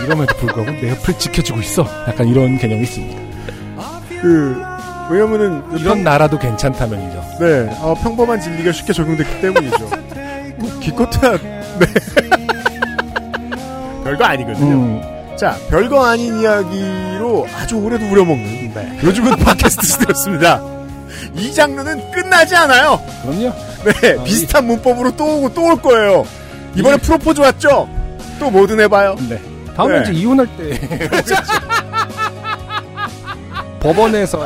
이러면도 불구하고 내 옆을 지켜주고 있어. 약간 이런 개념이 있습니다.
그 왜냐면은
이런 나라도 괜찮다면이죠.
네 어, 평범한 진리가 쉽게 적용됐기 때문이죠. 뭐 기껏해야 네. 별거 아니거든요.
음,
자 별거 아닌 이야기로 아주 오래도 우려먹는 네. 요즘은 팟캐스트 시대였습니다. 이 장르는 끝나지 않아요.
그럼요.
네
아,
비슷한 문법으로 또 오고 또 올 거예요. 이번에 프로포즈 왔죠? 또 뭐든 해봐요.
네. 다음에
네.
이제 이혼할 때. 법원에서.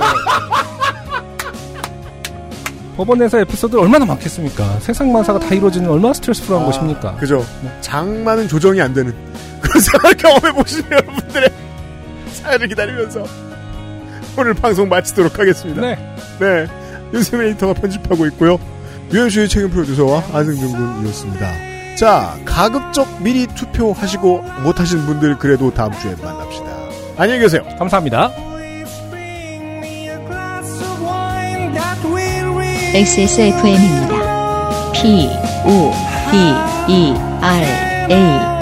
법원에서 에피소드 얼마나 많겠습니까? 세상 만사가 다 이루어지는 얼마나 스트레스풀한
아,
것입니까?
그죠? 뭐 장만은 조정이 안 되는 그런 생활 경험해 보신 여러분들의 사연을 기다리면서 오늘 방송 마치도록 하겠습니다.
네.
네. 윤세민 에디터가 편집하고 있고요. 유현수의 책임 프로듀서와 안승준 군이었습니다. 자, 가급적 미리 투표하시고 못하신 분들 그래도 다음 주에 만납시다. 안녕히 계세요.
감사합니다.
XSFM입니다. P, O, D, E, R, A.